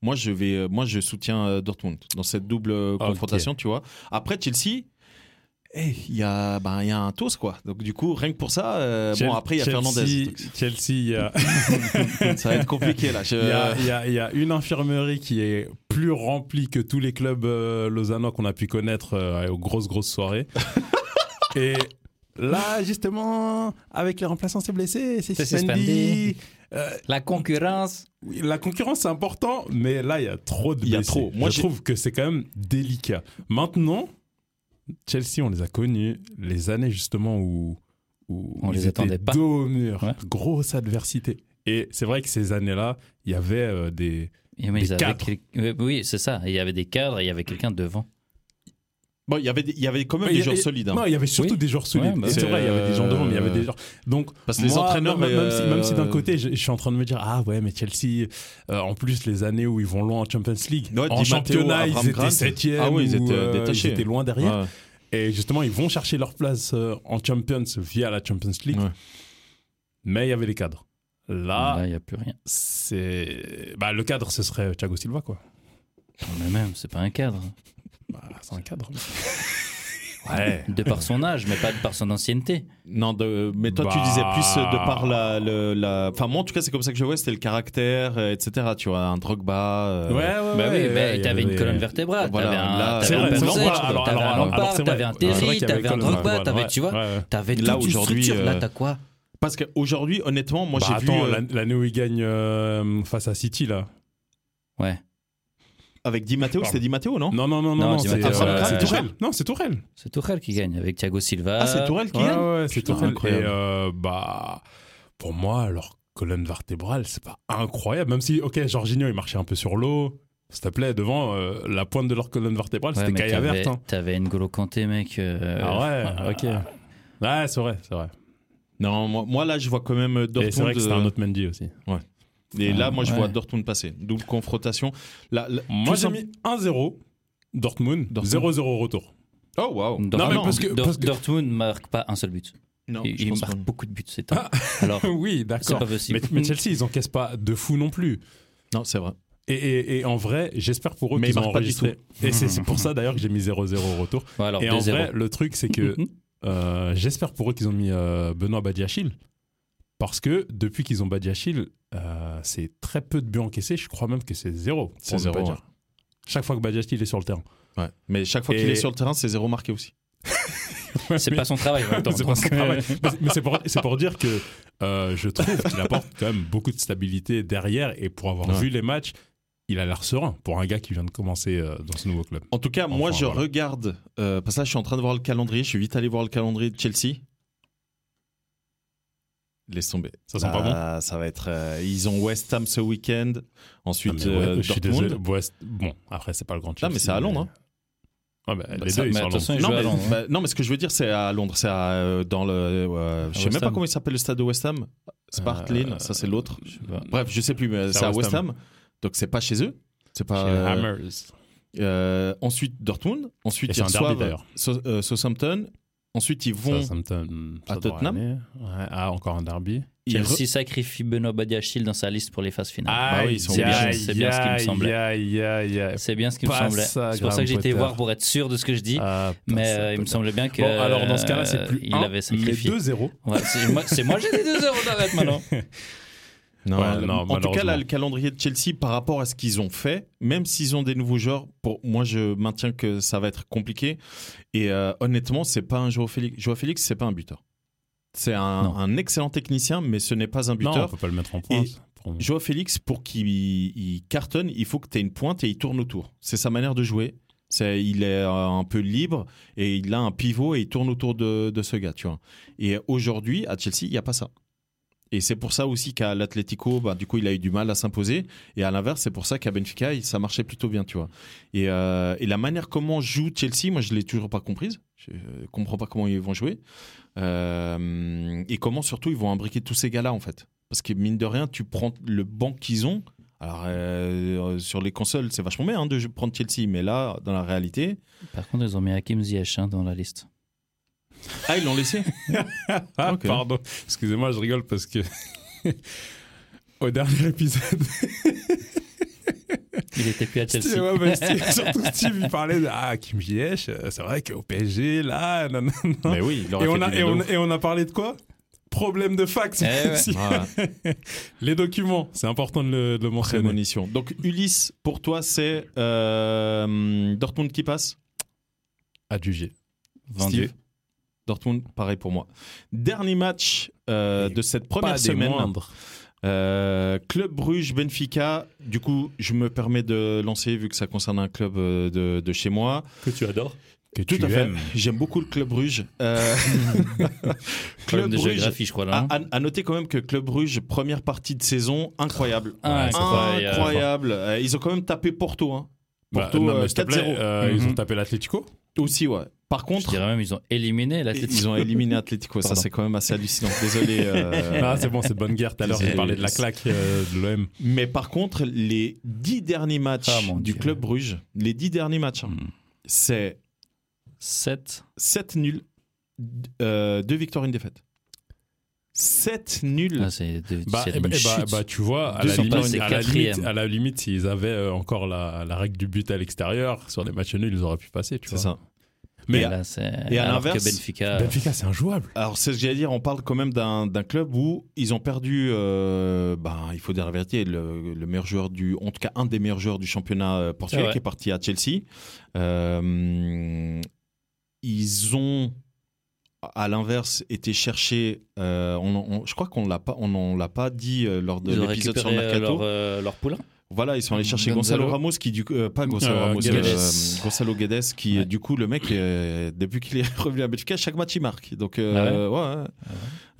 [SPEAKER 1] moi je, vais, euh, moi, je soutiens euh, Dortmund dans cette double euh,
[SPEAKER 3] Ok.
[SPEAKER 1] confrontation, tu vois. Après, Chelsea... eh, Il y, a, ben, il y a un toast, quoi. Donc, du coup, rien que pour ça, euh,
[SPEAKER 3] Chel-
[SPEAKER 1] bon, après, il y a
[SPEAKER 3] Chelsea-
[SPEAKER 1] Fernandez. Donc,
[SPEAKER 3] Chelsea, il y a-
[SPEAKER 1] ça va être compliqué, là. Je-
[SPEAKER 3] Il y, a, il y a- il y a une infirmerie qui est plus remplie que tous les clubs euh, lausannois qu'on a pu connaître euh, aux grosses, grosses soirées. Et là, justement, avec les remplaçants, c'est blessé, c'est
[SPEAKER 2] C'est
[SPEAKER 3] suspendu.
[SPEAKER 2] suspendu. La concurrence.
[SPEAKER 3] Oui, La concurrence, c'est important, mais là, il y a trop de
[SPEAKER 1] Il y a
[SPEAKER 3] blessés.
[SPEAKER 1] trop. Moi,
[SPEAKER 3] Je
[SPEAKER 1] j'ai-
[SPEAKER 3] trouve que c'est quand même délicat. Maintenant, Chelsea, on les a connus les années justement où, où
[SPEAKER 2] On
[SPEAKER 3] ils
[SPEAKER 2] les
[SPEAKER 3] étaient
[SPEAKER 2] attendait pas.
[SPEAKER 3] Dos au mur,
[SPEAKER 2] Ouais.
[SPEAKER 3] grosse adversité. Et c'est vrai que ces années-là, il y avait euh, des
[SPEAKER 2] Et Eh, mais
[SPEAKER 3] Des
[SPEAKER 2] ils avaient
[SPEAKER 3] cadres.
[SPEAKER 2] quel- euh, Oui, c'est ça. Il y avait des cadres et il y avait quelqu'un devant.
[SPEAKER 1] Bon, il y avait, des- il y avait quand même
[SPEAKER 3] Mais il
[SPEAKER 1] des
[SPEAKER 3] y a-
[SPEAKER 1] joueurs
[SPEAKER 3] il-
[SPEAKER 1] solides. hein.
[SPEAKER 3] Non, il y avait surtout
[SPEAKER 2] Oui.
[SPEAKER 3] des joueurs solides.
[SPEAKER 2] Ouais, bah
[SPEAKER 3] Et c'est
[SPEAKER 1] oui.
[SPEAKER 3] vrai, il y avait des gens devant, mais il y avait
[SPEAKER 1] Euh,
[SPEAKER 3] des gens. Donc,
[SPEAKER 1] Parce que les
[SPEAKER 3] moi,
[SPEAKER 1] entraîneurs.
[SPEAKER 3] même, même si,
[SPEAKER 1] euh,
[SPEAKER 3] même si d'un côté, je, je suis en train de me dire, ah ouais, mais Chelsea, euh, en plus, les années où ils vont loin en Champions League,
[SPEAKER 1] Ouais, Di
[SPEAKER 3] en
[SPEAKER 1] Matteo,
[SPEAKER 3] championnat,
[SPEAKER 1] Abraham
[SPEAKER 3] ils étaient
[SPEAKER 1] Grant.
[SPEAKER 3] 7
[SPEAKER 1] Ah oui, ils étaient détachés.
[SPEAKER 3] Ils étaient loin derrière.
[SPEAKER 1] ouais.
[SPEAKER 3] Et justement, ils vont chercher leur place euh, en Champions via la Champions League.
[SPEAKER 1] Ouais.
[SPEAKER 3] Mais il y avait les cadres. Là,
[SPEAKER 2] Là, il n'y a plus rien.
[SPEAKER 3] c'est. Bah, le cadre, ce serait Thiago Silva, quoi.
[SPEAKER 2] Mais même, c'est pas un cadre.
[SPEAKER 3] Bah, c'est un cadre.
[SPEAKER 1] Ouais.
[SPEAKER 2] de par son âge, mais pas de par son ancienneté.
[SPEAKER 1] Non, de- mais toi, tu
[SPEAKER 3] Bah.
[SPEAKER 1] disais plus euh, de par la, le- la. Enfin, moi, en tout cas, c'est comme ça que je vois, c'était le caractère, euh, etc. Tu vois, un Drogba. euh,
[SPEAKER 2] bah oui, mais
[SPEAKER 3] il y
[SPEAKER 2] t'avais
[SPEAKER 3] avait-
[SPEAKER 2] une colonne vertébrale,
[SPEAKER 1] Voilà,
[SPEAKER 2] t'avais
[SPEAKER 1] là,
[SPEAKER 2] un,
[SPEAKER 1] c'est
[SPEAKER 2] Ah, t'avais un
[SPEAKER 1] vrai,
[SPEAKER 2] Pulisic,
[SPEAKER 1] c'est vrai. Alors,
[SPEAKER 2] t'avais un
[SPEAKER 3] alors,
[SPEAKER 2] Lampard,
[SPEAKER 3] c'est vrai.
[SPEAKER 2] t'avais un
[SPEAKER 3] Ouais, c'est vrai
[SPEAKER 2] Terry,
[SPEAKER 3] qu'il y avait
[SPEAKER 2] t'avais un
[SPEAKER 3] Colin
[SPEAKER 2] Drogba,
[SPEAKER 3] Drogba,
[SPEAKER 2] t'avais,
[SPEAKER 3] ouais.
[SPEAKER 2] tu vois,
[SPEAKER 3] Ouais, ouais.
[SPEAKER 2] t'avais toute
[SPEAKER 1] Là,
[SPEAKER 2] une
[SPEAKER 1] aujourd'hui,
[SPEAKER 2] structure. Là,
[SPEAKER 1] euh,
[SPEAKER 2] t'as quoi
[SPEAKER 1] Parce qu'aujourd'hui, honnêtement, moi,
[SPEAKER 3] Bah,
[SPEAKER 1] j'ai vu.
[SPEAKER 3] attends,
[SPEAKER 1] euh,
[SPEAKER 3] l'an- l'année où il gagne euh, face à City, là.
[SPEAKER 2] Ouais,
[SPEAKER 1] Avec Di Matteo, c'était Di Matteo, non
[SPEAKER 3] Non, non, non,
[SPEAKER 2] Non,
[SPEAKER 3] non, non
[SPEAKER 2] c'est
[SPEAKER 3] c'est
[SPEAKER 2] Matteo,
[SPEAKER 3] euh,
[SPEAKER 1] c'est
[SPEAKER 3] c'est
[SPEAKER 1] Tourelle.
[SPEAKER 3] Tourelle. Non, c'est Tourelle.
[SPEAKER 2] c'est Tourelle qui gagne avec Thiago Silva.
[SPEAKER 1] Ah, c'est Tourelle qui
[SPEAKER 2] Ouais.
[SPEAKER 1] gagne
[SPEAKER 3] ouais, ouais, c'est
[SPEAKER 1] Putain,
[SPEAKER 3] Tourelle.
[SPEAKER 1] incroyable.
[SPEAKER 3] Et euh, bah, pour moi, leur colonne vertébrale, c'est pas incroyable. Même si, ok, Jorginho, il marchait un peu sur l'eau. S'il te plaît, devant, euh, la pointe de leur colonne vertébrale,
[SPEAKER 2] Ouais,
[SPEAKER 3] c'était
[SPEAKER 2] mais
[SPEAKER 3] Kaya
[SPEAKER 2] t'avais,
[SPEAKER 3] Vert. hein.
[SPEAKER 2] t'avais N'Golo Kanté, mec. euh,
[SPEAKER 3] Ah ouais, ok. Ouais, c'est vrai, c'est vrai.
[SPEAKER 1] Non, moi, moi, là, je vois quand même Dortmund.
[SPEAKER 3] Et c'est vrai que c'était
[SPEAKER 1] euh,
[SPEAKER 3] un autre Mendy aussi.
[SPEAKER 1] Et là,
[SPEAKER 2] Ah,
[SPEAKER 1] moi, je
[SPEAKER 2] ouais.
[SPEAKER 1] vois Dortmund passer. Double confrontation. Là, là- tout
[SPEAKER 3] Moi, j'ai
[SPEAKER 1] simple-
[SPEAKER 3] mis 1-0, Dortmund,
[SPEAKER 1] Dortmund.
[SPEAKER 3] 0-0 retour.
[SPEAKER 1] Oh, waouh.
[SPEAKER 2] Dortmund,
[SPEAKER 3] Non, mais parce que-
[SPEAKER 2] Dor-
[SPEAKER 3] parce que-
[SPEAKER 2] Dortmund marque pas un seul but.
[SPEAKER 1] Non,
[SPEAKER 2] il
[SPEAKER 1] je
[SPEAKER 2] il
[SPEAKER 1] pense
[SPEAKER 2] marque
[SPEAKER 1] pas.
[SPEAKER 2] beaucoup de buts, c'est un. Alors,
[SPEAKER 3] oui,
[SPEAKER 2] c'est
[SPEAKER 3] Ah, d'accord.
[SPEAKER 2] pas possible.
[SPEAKER 3] Mais, mais Chelsea, ils encaissent pas de fou non plus.
[SPEAKER 1] Non, c'est vrai.
[SPEAKER 3] Et, et- et en vrai, j'espère pour eux
[SPEAKER 1] Mais ils
[SPEAKER 3] qu'ils ont
[SPEAKER 1] marquent pas du
[SPEAKER 3] enregistré. Et c'est c'est pour ça d'ailleurs que j'ai mis 0-0 retour.
[SPEAKER 2] Ouais, alors,
[SPEAKER 3] et en
[SPEAKER 2] 2-0.
[SPEAKER 3] vrai, le truc, c'est que euh, j'espère pour eux qu'ils ont mis euh, Benoît Badiachil. Parce que depuis qu'ils ont Badiachil, euh, c'est très peu de buts encaissés. Je crois même que c'est zéro. pour
[SPEAKER 1] C'est
[SPEAKER 3] ne
[SPEAKER 1] zéro,
[SPEAKER 3] pas
[SPEAKER 1] ouais.
[SPEAKER 3] dire. Chaque fois que Badiachil est sur le terrain.
[SPEAKER 1] Ouais. Mais chaque fois
[SPEAKER 3] Et-
[SPEAKER 1] qu'il est sur le terrain, c'est zéro marqué aussi.
[SPEAKER 2] c'est pas son travail. en même temps.
[SPEAKER 3] C'est pas son
[SPEAKER 2] Donc,
[SPEAKER 3] travail. Mais c'est- mais c'est pour, c'est pour dire que euh, je trouve qu'il apporte quand même beaucoup de stabilité derrière. Et pour avoir
[SPEAKER 1] Ouais.
[SPEAKER 3] vu les matchs, il a l'air serein pour un gars qui vient de commencer euh, dans ce nouveau club.
[SPEAKER 1] En tout cas, moi,
[SPEAKER 3] Enfin,
[SPEAKER 1] je
[SPEAKER 3] voilà.
[SPEAKER 1] regarde. euh, parce que là, je suis en train de voir le calendrier. Je suis vite allé voir le calendrier de Chelsea. Laisse tomber.
[SPEAKER 3] Ça sent pas bon
[SPEAKER 1] Ah, Ça va être. euh, ils ont West Ham ce week-end. Ensuite,
[SPEAKER 3] Non, Ah, mais ouais,
[SPEAKER 1] euh,
[SPEAKER 3] je suis
[SPEAKER 1] Dortmund.
[SPEAKER 3] désolé. West- bon, après, c'est pas le grand
[SPEAKER 1] Non,
[SPEAKER 3] Chelsea.
[SPEAKER 1] mais c'est à Londres. hein.
[SPEAKER 3] Ouais, bah, les
[SPEAKER 2] ça-
[SPEAKER 3] deux, ils
[SPEAKER 2] mais
[SPEAKER 3] sont à
[SPEAKER 2] attention,
[SPEAKER 3] Londres. Euh,
[SPEAKER 2] ils
[SPEAKER 1] Non,
[SPEAKER 2] jouent à
[SPEAKER 1] mais,
[SPEAKER 2] Londres, hein.
[SPEAKER 1] bah, non, mais ce que je veux dire, c'est à Londres. C'est à, euh, dans le. euh, je sais
[SPEAKER 2] West
[SPEAKER 1] même pas
[SPEAKER 2] Ham.
[SPEAKER 1] comment il s'appelle le stade de West Ham. Spartlin,
[SPEAKER 3] Euh,
[SPEAKER 1] ça c'est l'autre.
[SPEAKER 3] je sais pas.
[SPEAKER 1] Bref, je sais plus, mais c'est à West Ham. Donc c'est pas chez eux. C'est pas.
[SPEAKER 3] Chez
[SPEAKER 1] euh,
[SPEAKER 3] Hammers.
[SPEAKER 1] euh, ensuite Dortmund. Ensuite
[SPEAKER 3] Et c'est
[SPEAKER 1] ils
[SPEAKER 3] un derby,
[SPEAKER 1] reçoivent
[SPEAKER 3] d'ailleurs.
[SPEAKER 1] So- euh, Southampton. Ensuite ils vont.
[SPEAKER 3] Southampton,
[SPEAKER 1] à
[SPEAKER 3] ça doit
[SPEAKER 1] Tottenham.
[SPEAKER 3] aller. Ouais, ah, encore un derby.
[SPEAKER 1] ils re-
[SPEAKER 2] Chelsea sacrifie Benoît Badiachil dans sa liste pour les phases finales.
[SPEAKER 1] bah oui, ils sont
[SPEAKER 2] c'est bien,
[SPEAKER 1] obligés.
[SPEAKER 2] c'est bien ce qui me semblait.
[SPEAKER 3] Aïe, aïe, aïe.
[SPEAKER 2] C'est bien ce qui me
[SPEAKER 3] Pas
[SPEAKER 2] semblait.
[SPEAKER 3] Ah, ça,
[SPEAKER 2] C'est pour ça
[SPEAKER 3] Graham
[SPEAKER 2] que j'ai été
[SPEAKER 3] Potter.
[SPEAKER 2] voir pour être sûr de ce que je dis.
[SPEAKER 3] Ah, putain,
[SPEAKER 2] mais
[SPEAKER 3] ça
[SPEAKER 2] euh, il me
[SPEAKER 3] peut-
[SPEAKER 2] semblait bien que.
[SPEAKER 3] Bon, alors dans ce cas-là, c'est
[SPEAKER 2] euh,
[SPEAKER 3] plus
[SPEAKER 2] Il
[SPEAKER 3] 1,
[SPEAKER 2] avait sacrifié.
[SPEAKER 3] mais 2-0.
[SPEAKER 2] Ouais, c'est moi, c'est moi, j'ai dit 2 euros d'arrêt maintenant.
[SPEAKER 1] Non,
[SPEAKER 3] Ouais,
[SPEAKER 1] le-
[SPEAKER 3] non,
[SPEAKER 1] en tout cas, là,
[SPEAKER 3] malheureusement.
[SPEAKER 1] le calendrier de Chelsea par rapport à ce qu'ils ont fait, même s'ils ont des nouveaux joueurs, pour moi, je maintiens que ça va être compliqué. Et euh, honnêtement, c'est pas un Joao Félix. Joao Félix, c'est pas un buteur. C'est un,
[SPEAKER 2] Non.
[SPEAKER 1] un excellent technicien, mais ce n'est pas un
[SPEAKER 3] Non, on
[SPEAKER 1] buteur.
[SPEAKER 3] peut pas le mettre en pointe. Pour-
[SPEAKER 1] Euh, Joao Félix, pour qu'il il cartonne, il faut que tu aies une pointe et il tourne autour. C'est sa manière de jouer. C'est, il est euh, un peu libre et il a un pivot et il tourne autour de, de ce gars, tu vois. Et aujourd'hui, à Chelsea, il n'y a pas ça. Et c'est pour ça aussi qu'à l'Atlético, bah, du coup, il a eu du mal à s'imposer. Et à l'inverse, c'est pour ça qu'à Benfica, il- ça marchait plutôt bien, tu vois. Et, euh, et la manière comment joue Chelsea, moi, je l'ai toujours pas comprise. Je euh, comprends pas comment ils vont jouer. Euh, et comment, surtout, ils vont imbriquer tous ces gars-là, en fait. Parce que, mine de rien, tu prends le banc qu'ils ont. Alors, euh, sur les consoles, c'est vachement bien hein, de prendre Chelsea. Mais là, dans la réalité...
[SPEAKER 2] Par contre, ils ont mis Hakim Ziyech hein, dans la liste.
[SPEAKER 1] Ah, ils l'ont laissé
[SPEAKER 3] Ah,
[SPEAKER 1] Ok.
[SPEAKER 3] pardon. Excusez-moi, je rigole parce que. Au dernier épisode,
[SPEAKER 2] Il était plus à
[SPEAKER 3] Steve,
[SPEAKER 2] Chelsea.
[SPEAKER 3] ouais, bah, Steve- surtout Steve, il parlait de Ah, Kim Ziyech, euh, c'est vrai qu'au PSG, là, nanana.
[SPEAKER 1] Mais oui, il leur
[SPEAKER 3] Et
[SPEAKER 1] fait
[SPEAKER 3] on, a,
[SPEAKER 1] du
[SPEAKER 3] et,
[SPEAKER 1] bien de
[SPEAKER 3] on,
[SPEAKER 1] ouf.
[SPEAKER 3] et on a parlé de quoi Problème de fax.
[SPEAKER 2] Eh ouais.
[SPEAKER 3] Si.
[SPEAKER 1] Voilà.
[SPEAKER 3] Les documents, c'est important de le, de
[SPEAKER 1] Ah,
[SPEAKER 3] le
[SPEAKER 1] Très
[SPEAKER 3] mentionner.
[SPEAKER 1] monition. Donc Ulysse, pour toi, c'est euh, Dortmund qui passe
[SPEAKER 3] Adjugé.
[SPEAKER 2] Vendu.
[SPEAKER 1] Steve Dortmund, pareil pour moi. Dernier match euh,
[SPEAKER 3] Et
[SPEAKER 1] de cette
[SPEAKER 3] Pas
[SPEAKER 1] première
[SPEAKER 3] des
[SPEAKER 1] semaine.
[SPEAKER 3] moindres.
[SPEAKER 1] Euh, club Bruges, Benfica. Du coup, je me permets de lancer, vu que ça concerne un club euh, de, de chez moi.
[SPEAKER 2] Que tu adores.
[SPEAKER 3] Que
[SPEAKER 1] Tout
[SPEAKER 3] tu
[SPEAKER 1] à fait.
[SPEAKER 3] aimes.
[SPEAKER 1] J'aime beaucoup le Club Bruges. Euh,
[SPEAKER 2] Club
[SPEAKER 1] Club
[SPEAKER 2] de
[SPEAKER 1] Bruges.
[SPEAKER 2] géographie, je crois. Là, hein.
[SPEAKER 1] À,
[SPEAKER 2] non
[SPEAKER 1] à- à noter quand même que Club Bruges, première partie de saison, incroyable.
[SPEAKER 2] Ah,
[SPEAKER 1] incroyable. Euh, Ils ont quand même tapé Porto. Hein.
[SPEAKER 3] Bah,
[SPEAKER 1] Porto,
[SPEAKER 3] non,
[SPEAKER 1] euh,
[SPEAKER 3] mais s'il te plaît,
[SPEAKER 1] 4-0.
[SPEAKER 3] euh, Ils
[SPEAKER 2] Mhm.
[SPEAKER 3] ont tapé l'Atletico.
[SPEAKER 1] Aussi, ouais. Par
[SPEAKER 2] Je
[SPEAKER 1] contre,
[SPEAKER 2] dirais même, ils ont éliminé la
[SPEAKER 1] ils ont éliminé Atletico. ça,
[SPEAKER 2] Pardon.
[SPEAKER 1] c'est quand même assez hallucinant. Désolé. euh,
[SPEAKER 3] Ah, c'est bon, c'est de bonne guerre. Tout à l'heure,
[SPEAKER 1] Désolé.
[SPEAKER 3] j'ai parlé de la claque euh, de l'OM.
[SPEAKER 1] Mais par contre, les dix derniers matchs
[SPEAKER 2] Ah, mon
[SPEAKER 1] du
[SPEAKER 2] Dieu.
[SPEAKER 1] club Bruges, les dix derniers matchs, hein, c'est
[SPEAKER 2] 7.
[SPEAKER 1] 7 nuls, 2 victoires, une défaite. 7 nuls.
[SPEAKER 2] Ah, c'est de-
[SPEAKER 3] Bah,
[SPEAKER 2] c'est
[SPEAKER 3] eh ben,
[SPEAKER 2] une
[SPEAKER 3] eh ben,
[SPEAKER 2] chute.
[SPEAKER 3] bah, tu vois, à
[SPEAKER 2] Deux
[SPEAKER 3] la,
[SPEAKER 2] sur
[SPEAKER 3] limite,
[SPEAKER 2] Paris, c'est
[SPEAKER 3] à, la
[SPEAKER 2] quatrième.
[SPEAKER 3] limite, à la limite, s'ils avaient euh, encore la, la règle du but à l'extérieur, sur des matchs nuls, ils auraient pu passer. tu
[SPEAKER 1] c'est
[SPEAKER 3] vois.
[SPEAKER 1] ça.
[SPEAKER 2] Mais
[SPEAKER 1] Mais
[SPEAKER 2] là, c'est.
[SPEAKER 1] et à
[SPEAKER 2] alors que
[SPEAKER 1] l'inverse,
[SPEAKER 2] Benfica.
[SPEAKER 3] Benfica, c'est injouable.
[SPEAKER 1] Alors, c'est ce que j'allais dire, on parle quand même d'un d'un club où ils ont perdu, euh, ben, il faut dire la vérité, le, le meilleur joueur du, en tout cas, un des meilleurs joueurs du championnat euh, portugais
[SPEAKER 2] C'est vrai.
[SPEAKER 1] qui est parti à Chelsea. Euh, ils ont, à l'inverse, été chercher, euh, on, on- je crois qu'on l'a pas, on, on l'a pas dit euh, lors de
[SPEAKER 2] Ils ont
[SPEAKER 1] l'épisode sur le
[SPEAKER 2] récupéré euh,
[SPEAKER 1] mercato.
[SPEAKER 2] leur, euh, leur poulain.
[SPEAKER 1] Voilà, ils sont allés chercher
[SPEAKER 2] Gonzalo.
[SPEAKER 1] Gonzalo, Ramos, qui du coup, euh, pas Gonzalo
[SPEAKER 3] Euh,
[SPEAKER 1] Ramos,
[SPEAKER 3] Guedes.
[SPEAKER 1] euh, Gonzalo Guedes, qui
[SPEAKER 2] Ouais.
[SPEAKER 1] du coup le mec, euh, depuis qu'il est revenu à Benfica, chaque match il marque. Donc euh,
[SPEAKER 2] Ah
[SPEAKER 1] ouais, ouais.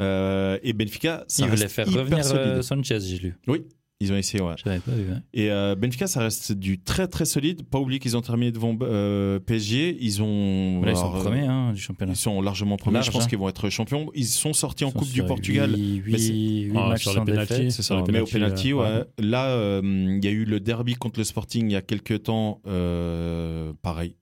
[SPEAKER 1] Euh, et Benfica, ça
[SPEAKER 2] Ils
[SPEAKER 1] reste
[SPEAKER 2] voulaient faire
[SPEAKER 1] hyper
[SPEAKER 2] revenir
[SPEAKER 1] solide.
[SPEAKER 2] euh, Sanchez, j'ai lu.
[SPEAKER 1] Ils ont essayé, ouais.
[SPEAKER 2] J'avais pas vu. hein.
[SPEAKER 1] Et euh, Benfica, ça reste du très très solide. Pas oublier qu'ils ont terminé devant euh, PSG. Ils ont,
[SPEAKER 2] Là, ils sont
[SPEAKER 1] alors, euh,
[SPEAKER 2] premiers hein, du championnat.
[SPEAKER 1] ils sont largement premiers.
[SPEAKER 2] Large,
[SPEAKER 1] je pense
[SPEAKER 2] hein.
[SPEAKER 1] qu'ils vont être champions. Ils sont sortis en
[SPEAKER 2] Ils sont
[SPEAKER 1] Coupe du
[SPEAKER 2] sur
[SPEAKER 1] Portugal.
[SPEAKER 2] huit-
[SPEAKER 3] Mais c'est-
[SPEAKER 2] huit
[SPEAKER 3] Ah,
[SPEAKER 2] matchs
[SPEAKER 3] sur les
[SPEAKER 2] sans
[SPEAKER 3] pénaltys.
[SPEAKER 2] défaite.
[SPEAKER 3] C'est ça, les
[SPEAKER 1] mais au
[SPEAKER 3] pénalty,
[SPEAKER 1] penalty, ouais.
[SPEAKER 3] euh,
[SPEAKER 1] Là, euh, il y a eu le derby contre le Sporting il y a quelques temps. euh, pareil,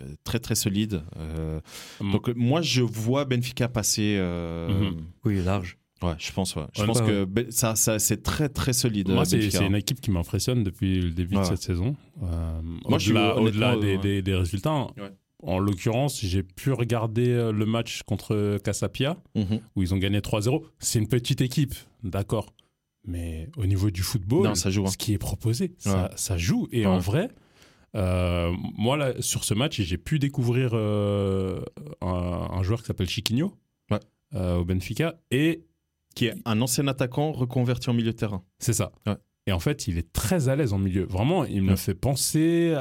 [SPEAKER 1] Euh, très très solide. Euh,
[SPEAKER 3] Mm.
[SPEAKER 1] Donc euh, moi, je vois Benfica passer. euh,
[SPEAKER 3] Mhm.
[SPEAKER 2] Oui, large.
[SPEAKER 1] Ouais, je pense. ouais. Je
[SPEAKER 3] Ouais,
[SPEAKER 1] pense
[SPEAKER 2] ouais,
[SPEAKER 1] que Ben- ça, ça c'est très très solide.
[SPEAKER 3] Moi,
[SPEAKER 1] euh,
[SPEAKER 3] c'est
[SPEAKER 1] Benfica.
[SPEAKER 3] c'est une équipe qui m'impressionne depuis le début
[SPEAKER 1] Ouais.
[SPEAKER 3] de cette saison. Euh,
[SPEAKER 1] Moi, je suis
[SPEAKER 3] au-delà
[SPEAKER 1] honnêtement,
[SPEAKER 3] au-delà des,
[SPEAKER 1] euh,
[SPEAKER 3] des- des résultats.
[SPEAKER 1] Ouais.
[SPEAKER 3] En l'occurrence, j'ai pu regarder euh, le match contre Casapia
[SPEAKER 1] Mhm.
[SPEAKER 3] où ils ont gagné 3-0. C'est une petite équipe, d'accord. Mais au niveau du football,
[SPEAKER 1] Non, ça joue, hein.
[SPEAKER 3] ce qui est proposé, ça, ça joue. Et en
[SPEAKER 1] Ouais.
[SPEAKER 3] vrai, euh, moi, là, sur ce match, j'ai pu découvrir euh, un, un joueur qui s'appelle Chiquinho
[SPEAKER 1] Ouais.
[SPEAKER 3] euh, au Benfica. Et
[SPEAKER 1] Qui est un ancien attaquant reconverti en milieu de terrain.
[SPEAKER 3] c'est ça.
[SPEAKER 1] Ouais.
[SPEAKER 3] Et en fait, il est très à l'aise en milieu. Vraiment, il me
[SPEAKER 1] Ouais.
[SPEAKER 3] fait penser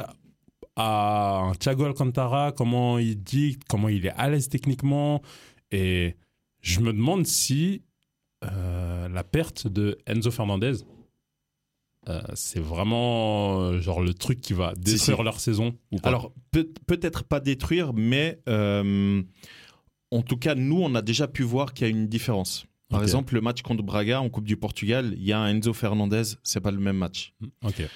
[SPEAKER 3] à un Thiago Alcantara, comment il dicte, comment il est à l'aise techniquement. Et je me demande si euh, la perte de Enzo Fernandez, euh, c'est vraiment euh, genre le truc qui va
[SPEAKER 1] Si,
[SPEAKER 3] détruire
[SPEAKER 1] si.
[SPEAKER 3] leur saison. Ou pas.
[SPEAKER 1] Alors peut- peut-être pas détruire, mais euh, en tout cas, nous, on a déjà pu voir qu'il y a une différence. Par
[SPEAKER 3] Ok.
[SPEAKER 1] exemple, le match contre Braga en Coupe du Portugal, il y a un Enzo Fernandez, c'est pas le même match.
[SPEAKER 3] ok.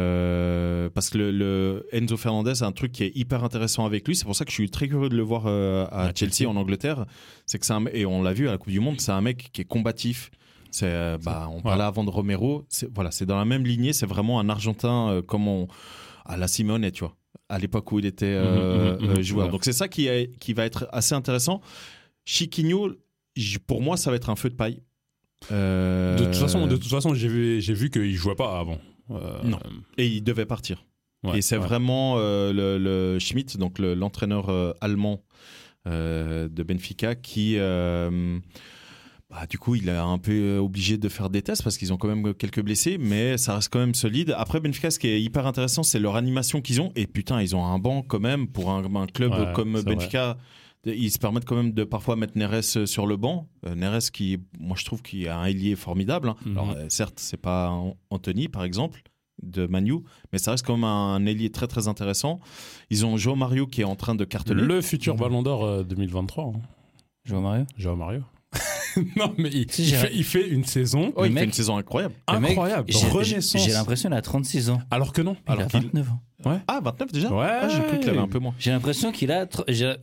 [SPEAKER 1] Euh, parce que le, le Enzo Fernandez c'est un truc qui est hyper intéressant avec lui. C'est pour ça que je suis très curieux de le voir euh, à,
[SPEAKER 3] À
[SPEAKER 1] Chelsea,
[SPEAKER 3] Chelsea.
[SPEAKER 1] en Angleterre. C'est que c'est un, et on l'a vu à la Coupe du Monde, c'est un mec qui est combatif. C'est euh, bah on parlait avant de Romero. C'est voilà, c'est dans la même lignée. C'est vraiment un Argentin euh, comme on à la Simone, tu vois. À l'époque où il était euh,
[SPEAKER 3] Mhm, mhm,
[SPEAKER 1] euh,
[SPEAKER 3] mhm,
[SPEAKER 1] joueur.
[SPEAKER 3] ouais.
[SPEAKER 1] Donc c'est ça qui est- qui va être assez intéressant. Chiquinho, j- pour moi, ça va être un feu de paille. Euh,
[SPEAKER 3] De toute façon, de toute façon, j'ai vu, j'ai vu qu'il jouait pas avant. Euh,
[SPEAKER 1] Non. et il devait partir.
[SPEAKER 3] ouais,
[SPEAKER 1] et c'est
[SPEAKER 3] ouais.
[SPEAKER 1] vraiment euh, le, le Schmidt, donc le- l'entraîneur euh, allemand euh, de Benfica, qui, euh, bah, du coup, il a un peu euh, obligé de faire des tests parce qu'ils ont quand même quelques blessés, mais ça reste quand même solide. Après, Benfica, ce qui est hyper intéressant, c'est leur animation qu'ils ont. Et putain, ils ont un banc quand même pour un, un club
[SPEAKER 3] Ouais,
[SPEAKER 1] comme
[SPEAKER 3] c'est
[SPEAKER 1] Benfica. Ils se permettent quand même de parfois mettre Neres sur le banc. Euh, Neres qui, moi je trouve qu'il a un ailier formidable. hein.
[SPEAKER 3] Mhm.
[SPEAKER 1] Alors euh, certes, c'est pas An- Anthony par exemple de Manu, mais ça reste quand même un ailier très très intéressant. Ils ont João Mario qui est en train de cartonner.
[SPEAKER 3] Le futur Ballon d'Or euh, 2023. hein.
[SPEAKER 2] Je vois Mario.
[SPEAKER 3] Joao Mario. non, mais il,
[SPEAKER 2] Si,
[SPEAKER 3] il
[SPEAKER 2] j'ai-
[SPEAKER 3] fait, il fait une saison
[SPEAKER 1] Oh,
[SPEAKER 2] Le
[SPEAKER 1] il fait
[SPEAKER 2] mec-
[SPEAKER 1] une saison incroyable.
[SPEAKER 2] Le mec,
[SPEAKER 1] Ah,
[SPEAKER 3] incroyable,
[SPEAKER 2] j'ai- j'ai-
[SPEAKER 3] renaissance.
[SPEAKER 2] J'ai l'impression qu'il a 36 ans.
[SPEAKER 3] Alors que non.
[SPEAKER 2] Il
[SPEAKER 3] Alors
[SPEAKER 2] a
[SPEAKER 3] qu'il-
[SPEAKER 2] 29 ans.
[SPEAKER 1] Ah 29 déjà.
[SPEAKER 3] Ouais. Bah,
[SPEAKER 1] Ah, j'ai cru qu'il avait un peu moins.
[SPEAKER 2] J'ai l'impression qu'il a. tr- j'ai- euh,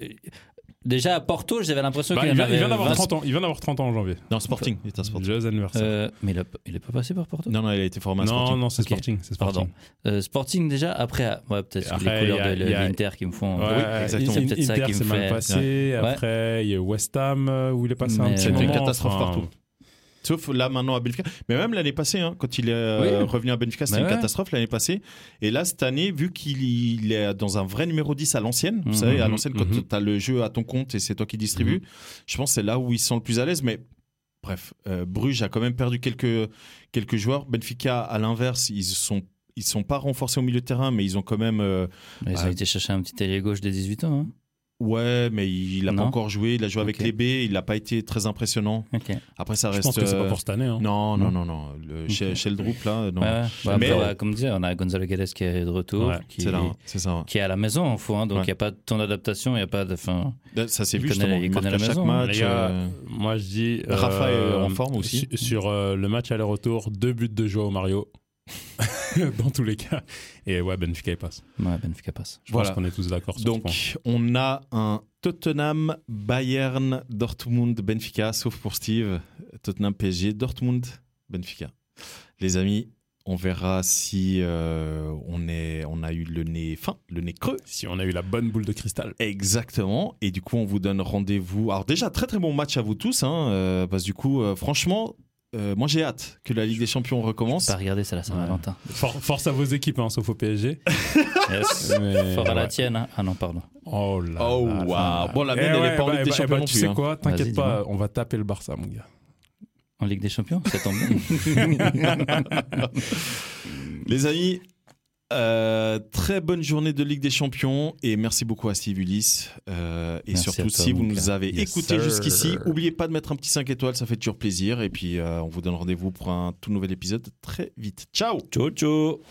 [SPEAKER 2] Déjà à Porto, j'avais l'impression
[SPEAKER 3] Bah,
[SPEAKER 2] qu'il
[SPEAKER 3] il,
[SPEAKER 2] en
[SPEAKER 3] vient, il
[SPEAKER 2] avait
[SPEAKER 3] vient d'avoir
[SPEAKER 2] 20.
[SPEAKER 3] 30 ans. Il vient d'avoir 30 ans en janvier.
[SPEAKER 1] Non Sporting, il est un Sporting.
[SPEAKER 3] Joyeux anniversaire.
[SPEAKER 2] Euh, mais il a, il est pas passé par Porto.
[SPEAKER 1] Non non, il a été formé à
[SPEAKER 3] non,
[SPEAKER 1] Sporting.
[SPEAKER 3] non, c'est
[SPEAKER 2] Ok.
[SPEAKER 3] Sporting. C'est Sporting.
[SPEAKER 2] Pardon. Euh, sporting déjà, après, ah, ouais, peut-être
[SPEAKER 3] Après,
[SPEAKER 2] les
[SPEAKER 3] il
[SPEAKER 2] couleurs
[SPEAKER 3] y a-
[SPEAKER 2] de
[SPEAKER 3] il y a-
[SPEAKER 2] l'Inter qui me font.
[SPEAKER 3] Ouais,
[SPEAKER 1] Oui, exactement.
[SPEAKER 2] C'est
[SPEAKER 3] In-
[SPEAKER 2] peut-être ça
[SPEAKER 3] Inter,
[SPEAKER 2] qui me
[SPEAKER 3] c'est mal
[SPEAKER 2] fait-
[SPEAKER 3] passé. Après, il y a West Ham euh, où il est passé un
[SPEAKER 2] Mais-
[SPEAKER 3] petit
[SPEAKER 2] C'était
[SPEAKER 1] C'était une
[SPEAKER 3] moment,
[SPEAKER 1] catastrophe
[SPEAKER 3] enfin,
[SPEAKER 1] partout. Sauf là maintenant à Benfica. Mais même l'année passée, hein, quand il est euh,
[SPEAKER 2] Oui.
[SPEAKER 1] revenu à Benfica, c'était
[SPEAKER 2] Mais
[SPEAKER 1] une
[SPEAKER 2] ouais.
[SPEAKER 1] catastrophe l'année passée. Et là, cette année, vu qu'il il est dans un vrai numéro 10 à l'ancienne, vous
[SPEAKER 2] Mhm,
[SPEAKER 1] savez, à l'ancienne, quand
[SPEAKER 3] mhm.
[SPEAKER 1] tu as le jeu à ton compte et c'est toi qui distribues, je pense que c'est là où ils sont le plus à l'aise. Mais bref, euh, Bruges a quand même perdu quelques, quelques joueurs. Benfica, à l'inverse, ils sont ils sont pas renforcés au milieu de terrain, mais ils ont quand même. euh,
[SPEAKER 2] Mais ils ont
[SPEAKER 1] Ouais.
[SPEAKER 2] été chercher un petit ailier gauche de 18 ans. hein.
[SPEAKER 1] ouais, mais il n'a pas
[SPEAKER 2] Non.
[SPEAKER 1] encore joué. Il a joué avec
[SPEAKER 2] Ok.
[SPEAKER 1] les B. Il n'a pas été très impressionnant.
[SPEAKER 2] Ok.
[SPEAKER 1] Après, ça
[SPEAKER 3] Je
[SPEAKER 1] reste.
[SPEAKER 3] pense que c'est pas
[SPEAKER 1] euh,
[SPEAKER 3] pour cette année. hein.
[SPEAKER 1] non, non, non, non. Le, chez,
[SPEAKER 2] Ok.
[SPEAKER 1] chez le groupe, là, non.
[SPEAKER 2] Ouais, ouais. Bah,
[SPEAKER 1] Mais-
[SPEAKER 2] après, ouais, comme disait, on a Gonzalo Guedes qui est de retour,
[SPEAKER 3] Ouais,
[SPEAKER 2] qui,
[SPEAKER 1] C'est là, hein. c'est ça. ouais.
[SPEAKER 2] qui est à la maison en fond, donc il
[SPEAKER 1] Ouais.
[SPEAKER 2] n'y a pas de temps d'adaptation, il n'y a pas de. Fin...
[SPEAKER 1] Là, Ça s'est
[SPEAKER 2] Il
[SPEAKER 1] vu
[SPEAKER 2] connaît-
[SPEAKER 1] justement.
[SPEAKER 2] il
[SPEAKER 1] Il marque
[SPEAKER 2] connaît
[SPEAKER 1] à
[SPEAKER 2] la
[SPEAKER 1] chaque
[SPEAKER 2] maison, hein.
[SPEAKER 1] match.
[SPEAKER 3] Les gars,
[SPEAKER 1] euh,
[SPEAKER 3] Moi, je dis.
[SPEAKER 1] Rafa est en forme aussi.
[SPEAKER 3] su- Sur, euh, le match aller-retour, deux buts de Joao Mario. Dans tous les cas. Et ouais, Benfica, il passe.
[SPEAKER 2] Ouais, Benfica passe.
[SPEAKER 3] Je
[SPEAKER 1] Voilà.
[SPEAKER 3] pense qu'on est tous d'accord sur ce point.
[SPEAKER 1] Donc, on a un Tottenham, Bayern, Dortmund, Benfica, sauf pour Steve. Tottenham, PSG, Dortmund, Benfica. Les amis, on verra si euh, on, est, on a a eu le nez fin, le nez creux.
[SPEAKER 3] Si on a eu la bonne boule de cristal.
[SPEAKER 1] Exactement. Et du coup, on vous donne rendez-vous. Alors déjà, très très bon match à vous tous, hein, euh, parce que du coup, euh, franchement, euh, moi j'ai hâte que la Ligue des Champions recommence.
[SPEAKER 2] Pas regarder, c'est la Saint-Valentin.
[SPEAKER 3] For- force à vos équipes, hein, sauf au PSG.
[SPEAKER 2] Yes.
[SPEAKER 3] Mais-
[SPEAKER 2] Fort à la
[SPEAKER 3] ouais.
[SPEAKER 2] tienne. hein. Ah non, pardon.
[SPEAKER 3] Oh là.
[SPEAKER 1] Oh,
[SPEAKER 3] là
[SPEAKER 1] waouh.
[SPEAKER 3] là.
[SPEAKER 1] Bon, la
[SPEAKER 3] Eh
[SPEAKER 1] mienne, elle est
[SPEAKER 3] ouais,
[SPEAKER 1] pas en
[SPEAKER 3] bah,
[SPEAKER 1] Ligue des
[SPEAKER 3] bah,
[SPEAKER 1] Champions
[SPEAKER 3] bah,
[SPEAKER 1] non
[SPEAKER 3] Tu
[SPEAKER 1] plus,
[SPEAKER 3] sais
[SPEAKER 1] hein.
[SPEAKER 3] quoi
[SPEAKER 2] Vas-y,
[SPEAKER 3] T'inquiète
[SPEAKER 2] dis-moi.
[SPEAKER 3] pas, on va taper le Barça, mon gars.
[SPEAKER 2] En Ligue des Champions, ça tombe bien.
[SPEAKER 1] Les amis, euh, très bonne journée de Ligue des Champions et merci beaucoup à Steve Ulysse. Euh, et
[SPEAKER 2] Merci
[SPEAKER 1] surtout,
[SPEAKER 2] à toi,
[SPEAKER 1] si vous
[SPEAKER 2] mon
[SPEAKER 1] nous
[SPEAKER 2] gars.
[SPEAKER 1] avez
[SPEAKER 3] Yes,
[SPEAKER 1] écouté
[SPEAKER 3] sir.
[SPEAKER 1] jusqu'ici, n'oubliez pas de mettre un petit 5 étoiles, ça fait toujours plaisir. Et puis, euh, on vous donne rendez-vous pour un tout nouvel épisode très vite. Ciao
[SPEAKER 2] Ciao, ciao.